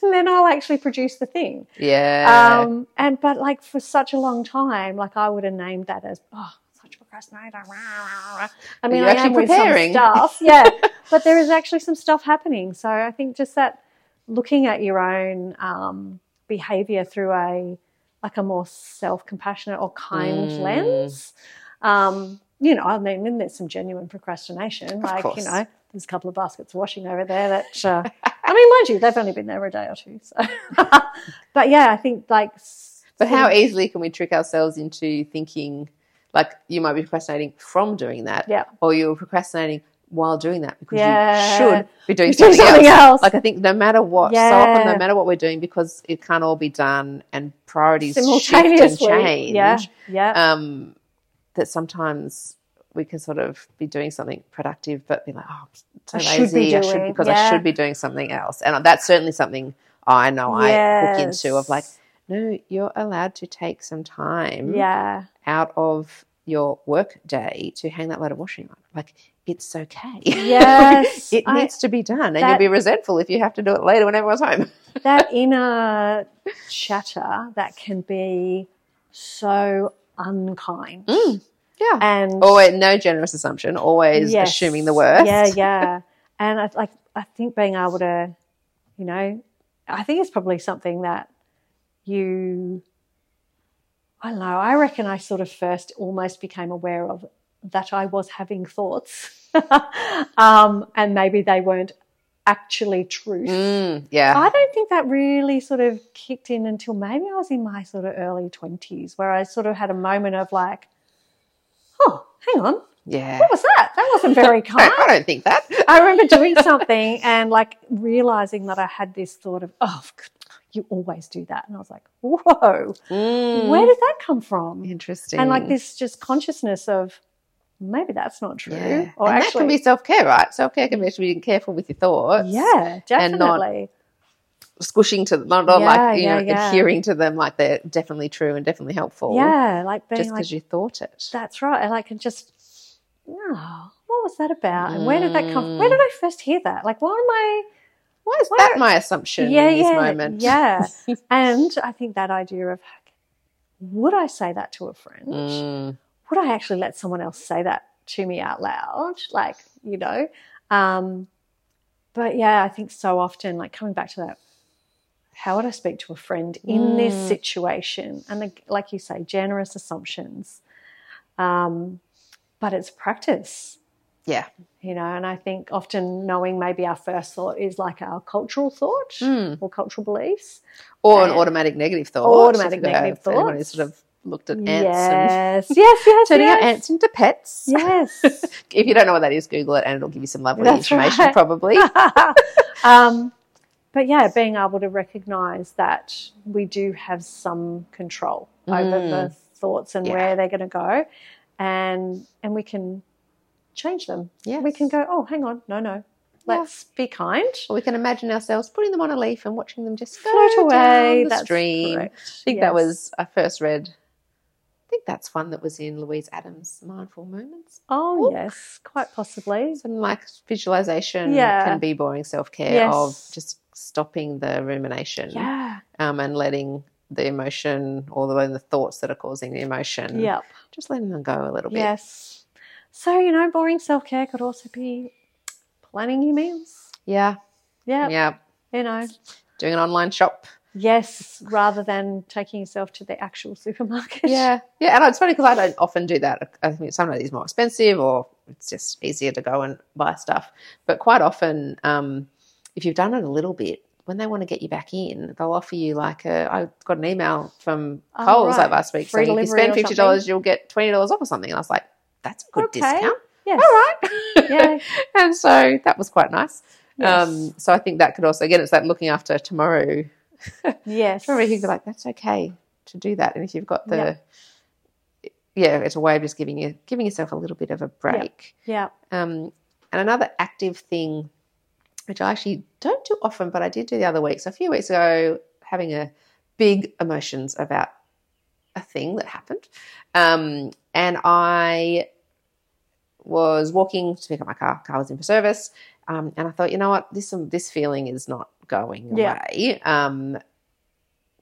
Speaker 2: and then I'll actually produce the thing.
Speaker 1: Yeah.
Speaker 2: Um, and but like for such a long time, like I would have named that as oh, such a procrastinator. I mean,
Speaker 1: you're
Speaker 2: I
Speaker 1: actually
Speaker 2: am with some
Speaker 1: preparing.
Speaker 2: stuff, yeah. but there is actually some stuff happening. So I think just that looking at your own um, behavior through a like a more self compassionate or kind
Speaker 1: Mm.
Speaker 2: lens. Um, you know, I mean, and there's some genuine procrastination. like, you
Speaker 1: course.
Speaker 2: know, there's a couple of baskets of washing over there that, uh, I mean, mind you, they've only been there a day or two. So, but yeah, I think like. s-
Speaker 1: But
Speaker 2: sort
Speaker 1: how
Speaker 2: of-
Speaker 1: easily can we trick ourselves into thinking, like you might be procrastinating from doing that,
Speaker 2: Yeah.
Speaker 1: or you're procrastinating while doing that because
Speaker 2: Yeah.
Speaker 1: you should be doing
Speaker 2: Doing
Speaker 1: something,
Speaker 2: something
Speaker 1: else.
Speaker 2: else.
Speaker 1: Like I think no matter what, so often
Speaker 2: Yeah.
Speaker 1: no matter what we're doing, because it can't all be done and priorities shift and
Speaker 2: simultaneously.
Speaker 1: change.
Speaker 2: Yeah. Yeah.
Speaker 1: Um, that sometimes we can sort of be doing something productive, but be like, oh, I'm
Speaker 2: I
Speaker 1: so
Speaker 2: should be
Speaker 1: lazy. I should
Speaker 2: doing-
Speaker 1: because
Speaker 2: yeah.
Speaker 1: I should be doing something else. And that's certainly something I know I hook into of like hmm?
Speaker 2: Yes.
Speaker 1: no, you're allowed to take some time
Speaker 2: yeah.
Speaker 1: out of your work day to hang that load of washing on. Like, it's okay.
Speaker 2: Yes,
Speaker 1: it
Speaker 2: I-
Speaker 1: needs to be done. And
Speaker 2: that-
Speaker 1: you'll be resentful if you have to do it later when everyone's home.
Speaker 2: that inner chatter that can be so unkind
Speaker 1: Mm, yeah.
Speaker 2: and
Speaker 1: Always, no generous assumption, always
Speaker 2: Yes.
Speaker 1: assuming the worst.
Speaker 2: Yeah, yeah. and I like I think being able to, you know, I think it's probably something that you I don't know, I reckon I sort of first almost became aware of that I was having thoughts. um, and maybe they weren't actually truth.
Speaker 1: Mm, yeah.
Speaker 2: I don't think that really sort of kicked in until maybe I was in my sort of early 20s where I sort of had a moment of like, oh, hang on,
Speaker 1: yeah.
Speaker 2: what was that? That wasn't very
Speaker 1: I,
Speaker 2: kind.
Speaker 1: I don't think that.
Speaker 2: I remember doing something and like realizing that I had this thought of, oh, you always do that. And I was like, whoa,
Speaker 1: Mm,
Speaker 2: where did that come from?
Speaker 1: Interesting.
Speaker 2: And like this just consciousness of maybe that's not true.
Speaker 1: Yeah.
Speaker 2: Or
Speaker 1: and that
Speaker 2: actually,
Speaker 1: can be self care, right? Self care can be actually being careful with your thoughts.
Speaker 2: yeah,
Speaker 1: and not-
Speaker 2: definitely.
Speaker 1: squishing to them, not, not
Speaker 2: Yeah,
Speaker 1: like you
Speaker 2: yeah,
Speaker 1: know
Speaker 2: yeah.
Speaker 1: adhering to them like they're definitely true and definitely helpful.
Speaker 2: yeah, like being
Speaker 1: just because
Speaker 2: like,
Speaker 1: you thought it.
Speaker 2: That's right. And I can just, oh, what was that about? And where did that come?
Speaker 1: Mm.
Speaker 2: Where did I first hear that? Like, why am I?
Speaker 1: Why is
Speaker 2: why
Speaker 1: that
Speaker 2: don't-
Speaker 1: my assumption
Speaker 2: yeah,
Speaker 1: in this
Speaker 2: yeah,
Speaker 1: moment?
Speaker 2: yeah. Mm. and I think that idea of, would I say that to a friend?
Speaker 1: Mm,
Speaker 2: Would I actually let someone else say that to me out loud? Like, you know. Um, but yeah, I think so often, like coming back to that, how would I speak to a friend in this
Speaker 1: Mm.
Speaker 2: situation? And like- like you say, generous assumptions. Um, but it's practice.
Speaker 1: yeah.
Speaker 2: you know and i think often knowing maybe our first thought is like our cultural thought
Speaker 1: Mm.
Speaker 2: or cultural beliefs
Speaker 1: Or an
Speaker 2: And-
Speaker 1: automatic negative thought.
Speaker 2: Or automatic
Speaker 1: if you go-
Speaker 2: negative
Speaker 1: if Anyone who's
Speaker 2: thoughts.
Speaker 1: sort of looked at ants and
Speaker 2: yes yes yes
Speaker 1: turning
Speaker 2: yes.
Speaker 1: your ants into pets.
Speaker 2: yes
Speaker 1: If you don't know what that is, Google it and it'll give you some lovely
Speaker 2: That's
Speaker 1: information
Speaker 2: right.
Speaker 1: probably.
Speaker 2: um, but yeah being able to recognize that we do have some control over
Speaker 1: Mm.
Speaker 2: the thoughts and
Speaker 1: Yeah.
Speaker 2: where they're going to go and and we can change them
Speaker 1: Yeah.
Speaker 2: we can go oh hang on no no let's be kind
Speaker 1: Or we can imagine ourselves putting them on a leaf and watching them just go
Speaker 2: float away
Speaker 1: down the
Speaker 2: That's
Speaker 1: stream.
Speaker 2: correct.
Speaker 1: I think that
Speaker 2: Yes.
Speaker 1: was I first read. I think that's one that was in Louise Adams' Mindful Moments.
Speaker 2: Oh
Speaker 1: book.
Speaker 2: yes, quite possibly.
Speaker 1: Some like visualization
Speaker 2: Yeah.
Speaker 1: can be boring self care
Speaker 2: Yes.
Speaker 1: of just stopping the rumination
Speaker 2: Yeah.
Speaker 1: um, and letting the emotion or the, the thoughts that are causing the emotion.
Speaker 2: Yep.
Speaker 1: Just letting them go a little bit.
Speaker 2: Yes. So you know, boring self care could also be planning your meals.
Speaker 1: Yeah.
Speaker 2: Yeah.
Speaker 1: Yeah.
Speaker 2: You know.
Speaker 1: Doing an online shop.
Speaker 2: Yes, rather than taking yourself to the actual supermarket.
Speaker 1: Yeah. Yeah. And it's funny because I don't often do that. I think sometimes it's more expensive or it's just easier to go and buy stuff. But quite often, um, if you've done it a little bit, when they want to get you back in, they'll offer you like a. I got an email from
Speaker 2: Oh,
Speaker 1: Coles like
Speaker 2: right.
Speaker 1: last week
Speaker 2: Free
Speaker 1: saying if you
Speaker 2: delivery
Speaker 1: spend
Speaker 2: or
Speaker 1: fifty dollars,
Speaker 2: something.
Speaker 1: you'll get twenty dollars off or something. And I was like, that's a good
Speaker 2: Okay.
Speaker 1: discount,
Speaker 2: Yes.
Speaker 1: all right.
Speaker 2: Yeah.
Speaker 1: and so that was quite nice.
Speaker 2: Yes.
Speaker 1: Um, so I think that could also again, it's that looking after tomorrow
Speaker 2: yes.
Speaker 1: Remember, you could be like, that's okay to do that. And if you've got the,
Speaker 2: Yeah.
Speaker 1: yeah, it's a way of just giving you, giving yourself a little bit of a break.
Speaker 2: Yeah.
Speaker 1: Um, and another active thing, which I actually don't do often, but I did do the other week. So a few weeks ago, having a big emotions about a thing that happened. Um, and I was walking to pick up my car. Car was in for service, um, and I thought, you know what, this this feeling is not going
Speaker 2: Yeah.
Speaker 1: away. Um,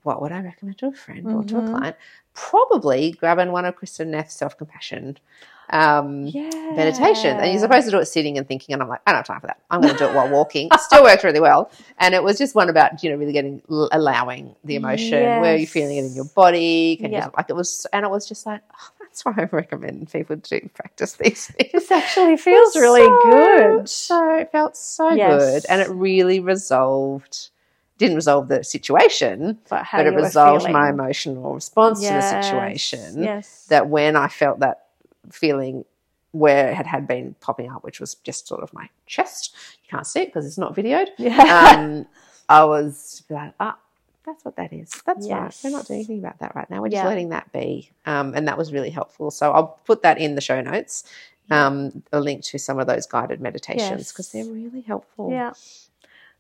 Speaker 1: what would I recommend to a friend or to a
Speaker 2: Mhm.
Speaker 1: client? Probably grabbing one of Kristen Neff's self compassion um,
Speaker 2: Yeah.
Speaker 1: meditation. And you're
Speaker 2: Ah.
Speaker 1: supposed to do it sitting and thinking. And I'm like, I don't have time for that. I'm going to do it while walking. It still worked really well. And it was just one about, you know, really getting, l- allowing the emotion. Where are you feeling it in your
Speaker 2: Yes.
Speaker 1: body? Can
Speaker 2: Yeah.
Speaker 1: you, like it was, and it was just like, oh, that that's why I recommend people to practice these things.
Speaker 2: This actually feels really
Speaker 1: So-
Speaker 2: good.
Speaker 1: So it felt so
Speaker 2: Yes.
Speaker 1: good, and it really resolved. Didn't resolve the situation,
Speaker 2: But, how
Speaker 1: but it
Speaker 2: you were
Speaker 1: resolved my
Speaker 2: feeling.
Speaker 1: emotional response to the
Speaker 2: Yes,
Speaker 1: situation.
Speaker 2: Yes.
Speaker 1: That when I felt that feeling where it had, had been popping up, which was just sort of my chest, you can't see it because it's not videoed.
Speaker 2: yeah.
Speaker 1: Um, I was like, ah, that's what that is. That's right. We're not
Speaker 2: Yes.
Speaker 1: doing anything about that right now. We're just
Speaker 2: Yeah.
Speaker 1: letting that be. Um, and that was really helpful. So I'll put that in the show notes. Um, a link to some of those guided meditations because
Speaker 2: Yes.
Speaker 1: they're really helpful.
Speaker 2: yeah.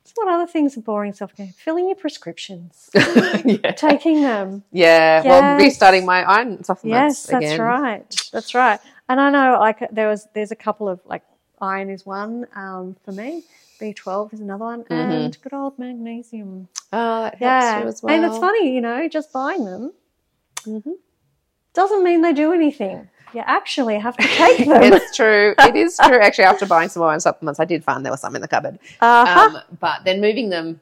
Speaker 2: So what other things are boring self care? Filling your prescriptions,
Speaker 1: yeah.
Speaker 2: taking um, them.
Speaker 1: Yeah. Well,
Speaker 2: Yes.
Speaker 1: restarting my iron supplements
Speaker 2: yes, that's
Speaker 1: again.
Speaker 2: right. That's right. And I know, like, there was there's a couple of like iron is one um, for me. B twelve is another one,
Speaker 1: Mm-hmm.
Speaker 2: and good old magnesium.
Speaker 1: Oh, that helps
Speaker 2: Yeah,
Speaker 1: you as well.
Speaker 2: and it's funny, you know, just buying them
Speaker 1: Mhm.
Speaker 2: doesn't mean they do anything. You actually have to take them.
Speaker 1: it's true. It is true. Actually, after buying some iron supplements, I did find there was some in the cupboard.
Speaker 2: uh-huh.
Speaker 1: Um, but then moving them,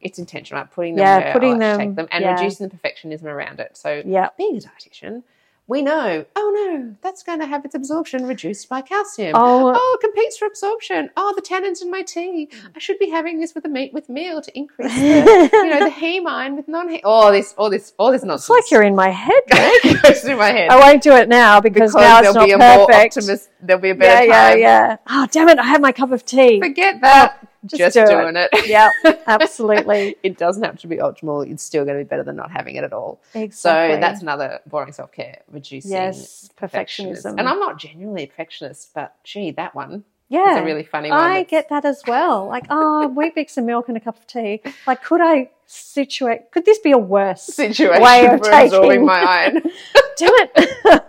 Speaker 1: it's intentional, right? Putting them
Speaker 2: Yeah,
Speaker 1: where
Speaker 2: putting
Speaker 1: I'll actually
Speaker 2: them-
Speaker 1: take them and
Speaker 2: yeah.
Speaker 1: reducing the perfectionism around it. So
Speaker 2: yeah.
Speaker 1: being a dietitian, we know, oh no, that's going to have its absorption reduced by calcium. Oh.
Speaker 2: Oh,
Speaker 1: it competes for absorption. Oh, the tannins in my tea. I should be having this with a meat with meal to increase the, you know, the hemine with non. All this, all this, all this nonsense.
Speaker 2: it's like you're in my head.
Speaker 1: it goes through my head.
Speaker 2: I won't do it now because, now it's
Speaker 1: there'll
Speaker 2: not
Speaker 1: be a more
Speaker 2: perfect.
Speaker 1: optimist. There'll be a
Speaker 2: yeah,
Speaker 1: better
Speaker 2: yeah,
Speaker 1: time.
Speaker 2: yeah. Oh, damn it! I had my cup of tea.
Speaker 1: Forget that.
Speaker 2: just
Speaker 1: Just,
Speaker 2: do it.
Speaker 1: doing it.
Speaker 2: yeah, absolutely.
Speaker 1: it doesn't have to be optimal. It's still going to be better than not having it at all.
Speaker 2: Exactly.
Speaker 1: So that's another boring self care, reducing
Speaker 2: yes,
Speaker 1: perfectionism.
Speaker 2: perfectionism.
Speaker 1: And I'm not genuinely a perfectionist, but gee, that one
Speaker 2: yeah,
Speaker 1: is a really funny one.
Speaker 2: I
Speaker 1: that's-
Speaker 2: get that as well. Like, oh, wheat bix and milk and a cup of tea. Like, could I situate? Could this be a worse? Damn
Speaker 1: situation
Speaker 2: way of
Speaker 1: for absorbing
Speaker 2: taking-
Speaker 1: my iron.
Speaker 2: it.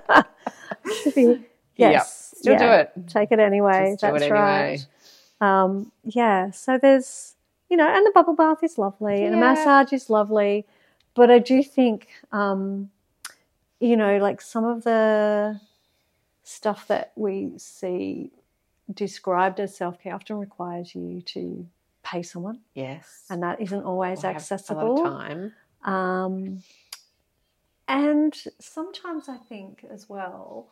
Speaker 2: Should be- yes,
Speaker 1: Still
Speaker 2: yeah.
Speaker 1: do it.
Speaker 2: Take it anyway.
Speaker 1: Just do it
Speaker 2: that's
Speaker 1: anyway.
Speaker 2: right. um, yeah, so there's, you know, and the bubble bath is lovely and a
Speaker 1: Yeah.
Speaker 2: massage is lovely. But I do think, um, you know, like some of the stuff that we see described as self care often requires you to pay someone,
Speaker 1: Yes.
Speaker 2: and that isn't always
Speaker 1: Or have A lot of
Speaker 2: accessible.
Speaker 1: time.
Speaker 2: Um, and sometimes I think as well,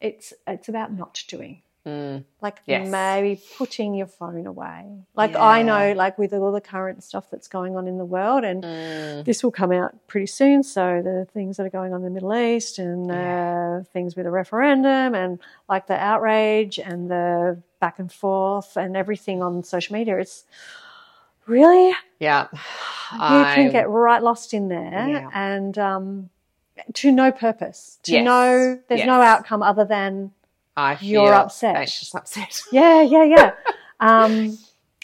Speaker 2: it's it's about not doing
Speaker 1: Mm.
Speaker 2: like
Speaker 1: Yes.
Speaker 2: maybe putting your phone away. Like I know, like with all the current stuff that's going on in the world, and
Speaker 1: Mm.
Speaker 2: this will come out pretty soon. So the things that are going on in the Middle East and uh, things with the referendum and like the outrage and the back and forth and everything on social media, it's really
Speaker 1: Yeah.
Speaker 2: you can get right lost in there
Speaker 1: Yeah.
Speaker 2: and um, to no purpose. To
Speaker 1: Yes.
Speaker 2: no, there's no
Speaker 1: Yes.
Speaker 2: outcome other than
Speaker 1: I feel
Speaker 2: you're upset.
Speaker 1: Anxious, upset.
Speaker 2: yeah, yeah, yeah. um,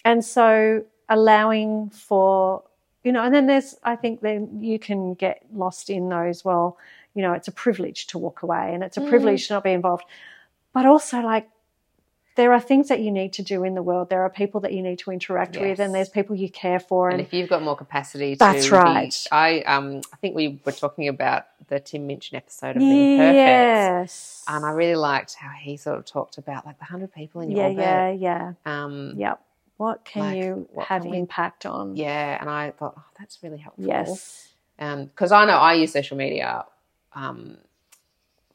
Speaker 2: and so allowing for, you know, and then there's, I think then you can get lost in those. Well, you know, it's a privilege to walk away and it's a
Speaker 1: Mm.
Speaker 2: privilege to not be involved. But also, like, there are things that you need to do in the world. There are people that you need to interact
Speaker 1: Yes.
Speaker 2: with, and there's people you care for.
Speaker 1: And
Speaker 2: And,
Speaker 1: if you've got more capacity, to
Speaker 2: That's
Speaker 1: be-
Speaker 2: right.
Speaker 1: I um, I think we were talking about the Tim Minchin episode of Being Perfect,
Speaker 2: yes.
Speaker 1: and I really liked how he sort of talked about like the hundred people in your
Speaker 2: yeah,
Speaker 1: orbit.
Speaker 2: yeah, yeah,
Speaker 1: Um,
Speaker 2: Yep. What can
Speaker 1: Like,
Speaker 2: you
Speaker 1: what
Speaker 2: have
Speaker 1: can we-
Speaker 2: impact on?
Speaker 1: yeah, and I thought, oh, that's really helpful.
Speaker 2: Yes.
Speaker 1: because I know I use social media um,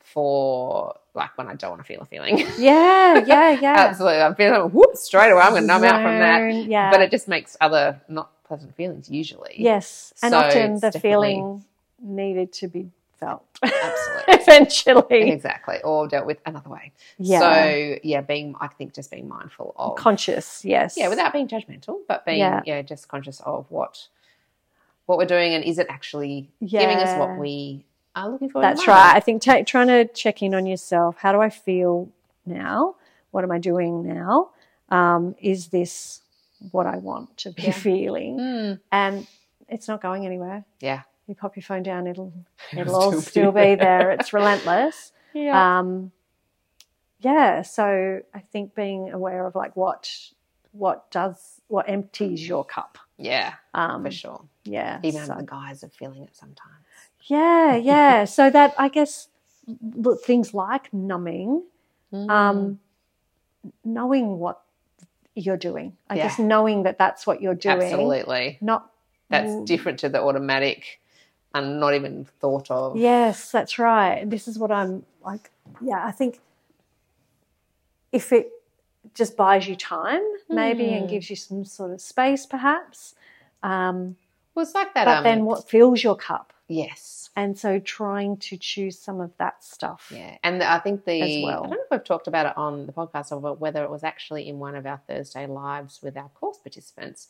Speaker 1: for like when I don't want to feel a feeling.
Speaker 2: Yeah, yeah, yeah.
Speaker 1: Absolutely, I'm feeling whoops straight away. I'm going to numb out from that,
Speaker 2: Zone, Yeah.
Speaker 1: but it just makes other not pleasant feelings usually.
Speaker 2: yes, and
Speaker 1: So
Speaker 2: often
Speaker 1: it's
Speaker 2: the
Speaker 1: definitely-
Speaker 2: feeling needed to be felt.
Speaker 1: Absolutely.
Speaker 2: Eventually.
Speaker 1: exactly, or dealt with another way.
Speaker 2: Yeah.
Speaker 1: So yeah, being I think just being mindful of
Speaker 2: Conscious. Yes.
Speaker 1: yeah, without being judgmental, but being yeah.
Speaker 2: Yeah.
Speaker 1: just conscious of what what we're doing and is it actually giving us what
Speaker 2: Yeah.
Speaker 1: we are looking for. in
Speaker 2: That's
Speaker 1: life?
Speaker 2: right. I think ta trying to check in on yourself. How do I feel now? What am I doing now? Um, is this what I want to be
Speaker 1: Yeah.
Speaker 2: feeling?
Speaker 1: Mm,
Speaker 2: And it's not going anywhere.
Speaker 1: yeah,
Speaker 2: You pop your phone down, it'll
Speaker 1: It'll
Speaker 2: it'll all
Speaker 1: still be
Speaker 2: still be there. It's relentless.
Speaker 1: yeah,
Speaker 2: um, yeah so i think being aware of like what what does what empties your cup
Speaker 1: yeah,
Speaker 2: um
Speaker 1: for sure.
Speaker 2: yeah
Speaker 1: Even
Speaker 2: so-
Speaker 1: under the guise of feeling it sometimes.
Speaker 2: yeah yeah so that i guess l- things like numbing
Speaker 1: Mm,
Speaker 2: um knowing what you're doing i
Speaker 1: Yeah.
Speaker 2: guess knowing that that's what you're doing
Speaker 1: absolutely.
Speaker 2: not
Speaker 1: That's
Speaker 2: Mm,
Speaker 1: different to the automatic and not even thought of.
Speaker 2: Yes, that's right. This is what I'm like. Yeah, I think if it just buys you time, maybe, and
Speaker 1: Hmm.
Speaker 2: gives you some sort of space, perhaps. Um,
Speaker 1: Well, it's like that.
Speaker 2: but
Speaker 1: um,
Speaker 2: then what fills your cup?
Speaker 1: Yes.
Speaker 2: And so trying to choose some of that stuff.
Speaker 1: Yeah, and I think the
Speaker 2: As well.
Speaker 1: I don't know if we've talked about it on the podcast or whether it was actually in one of our Thursday lives with our course participants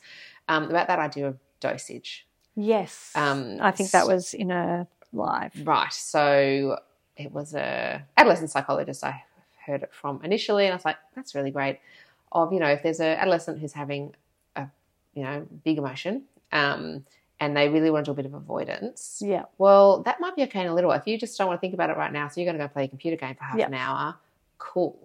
Speaker 1: um, about that idea of dosage.
Speaker 2: Yes.
Speaker 1: Um,
Speaker 2: I think that was in a live.
Speaker 1: Right. So it was a adolescent psychologist I heard it from initially, and I was like, that's really great. Of you know, if there's an adolescent who's having a you know big emotion, um, and they really want to do a bit of avoidance,
Speaker 2: Yeah.
Speaker 1: well, that might be okay in a little while. If you just don't want to think about it right now, so you're going to go play a computer game for half
Speaker 2: Yeah.
Speaker 1: an hour, cool.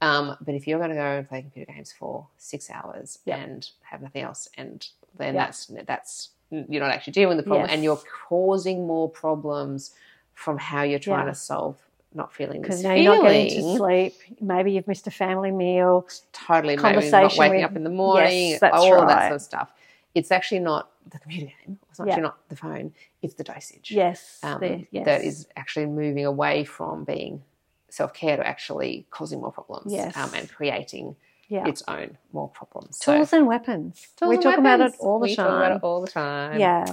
Speaker 1: Um, but if you're going to go and play computer games for six hours
Speaker 2: Yeah.
Speaker 1: and have nothing else, and then
Speaker 2: Yeah.
Speaker 1: that's that's you're not actually dealing with the problem, and
Speaker 2: Yes.
Speaker 1: you're causing more problems from how you're trying
Speaker 2: Yeah.
Speaker 1: to solve not feeling this
Speaker 2: Because now
Speaker 1: Mm, feeling.
Speaker 2: you're not getting to sleep. Maybe you've missed a family meal.
Speaker 1: totally, maybe not
Speaker 2: Conversation
Speaker 1: waking
Speaker 2: with-
Speaker 1: up in the morning,
Speaker 2: Yes, that's
Speaker 1: all of that
Speaker 2: right.
Speaker 1: sort of stuff. It's actually not the computer game. It's
Speaker 2: Yeah.
Speaker 1: actually not the phone. It's the dosage
Speaker 2: Yes.
Speaker 1: um,
Speaker 2: there- yes.
Speaker 1: that is actually moving away from being self care to actually causing more problems
Speaker 2: Yes.
Speaker 1: um, and creating
Speaker 2: yeah.
Speaker 1: its own more problems. So-
Speaker 2: tools and weapons.
Speaker 1: Tools
Speaker 2: we
Speaker 1: and
Speaker 2: talk about
Speaker 1: weapons.
Speaker 2: it all the
Speaker 1: We
Speaker 2: time.
Speaker 1: talk about it all the time.
Speaker 2: yeah.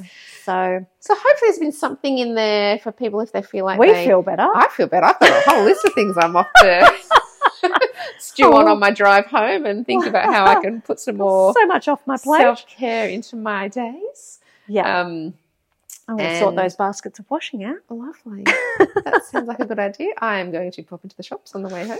Speaker 2: So
Speaker 1: So hopefully there's been something in there for people if they feel like
Speaker 2: we
Speaker 1: they-
Speaker 2: feel better.
Speaker 1: I feel better. I've got a whole list of things I'm off to stew on
Speaker 2: Oh.
Speaker 1: on my drive home and think about how I can put some more
Speaker 2: so much off my plate.
Speaker 1: self care into my days.
Speaker 2: yeah.
Speaker 1: Um,
Speaker 2: I'm going to sort
Speaker 1: and-
Speaker 2: those baskets of washing out.
Speaker 1: Lovely. that sounds like a good idea. I am going to pop into the shops on the way home.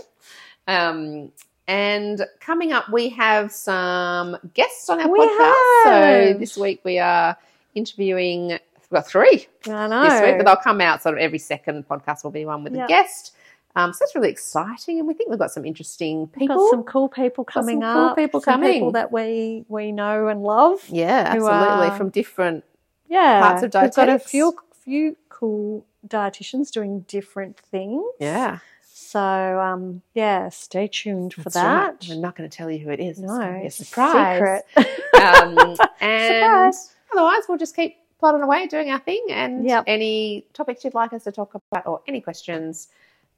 Speaker 1: Um, and coming up, we have some guests on our
Speaker 2: We
Speaker 1: podcast. So
Speaker 2: have.
Speaker 1: this week we are interviewing, we've got three
Speaker 2: I
Speaker 1: this week, but
Speaker 2: know.
Speaker 1: they'll come out sort of every second podcast will be one with a
Speaker 2: Yeah.
Speaker 1: guest. Um, so that's really exciting. And we think we've got some interesting
Speaker 2: We've
Speaker 1: people.
Speaker 2: got some cool people
Speaker 1: some
Speaker 2: coming
Speaker 1: cool
Speaker 2: up.
Speaker 1: people
Speaker 2: some
Speaker 1: coming.
Speaker 2: People that we we know and love.
Speaker 1: yeah,
Speaker 2: who
Speaker 1: absolutely.
Speaker 2: are-
Speaker 1: From different,
Speaker 2: Yeah.
Speaker 1: Parts of
Speaker 2: We've got a
Speaker 1: dietetics.
Speaker 2: few few cool dietitians doing different things.
Speaker 1: yeah,
Speaker 2: So um yeah, stay tuned for
Speaker 1: that's
Speaker 2: that.
Speaker 1: right. We're not going to tell you who it is.
Speaker 2: No,
Speaker 1: it's, gonna be a
Speaker 2: it's a
Speaker 1: surprise.
Speaker 2: secret.
Speaker 1: um, and
Speaker 2: Surprise.
Speaker 1: otherwise we'll just keep plodding away doing our thing and
Speaker 2: Yep.
Speaker 1: any topics you'd like us to talk about or any questions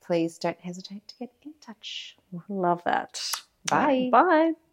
Speaker 1: please don't hesitate to get in touch
Speaker 2: Love that.
Speaker 1: Bye.
Speaker 2: Bye.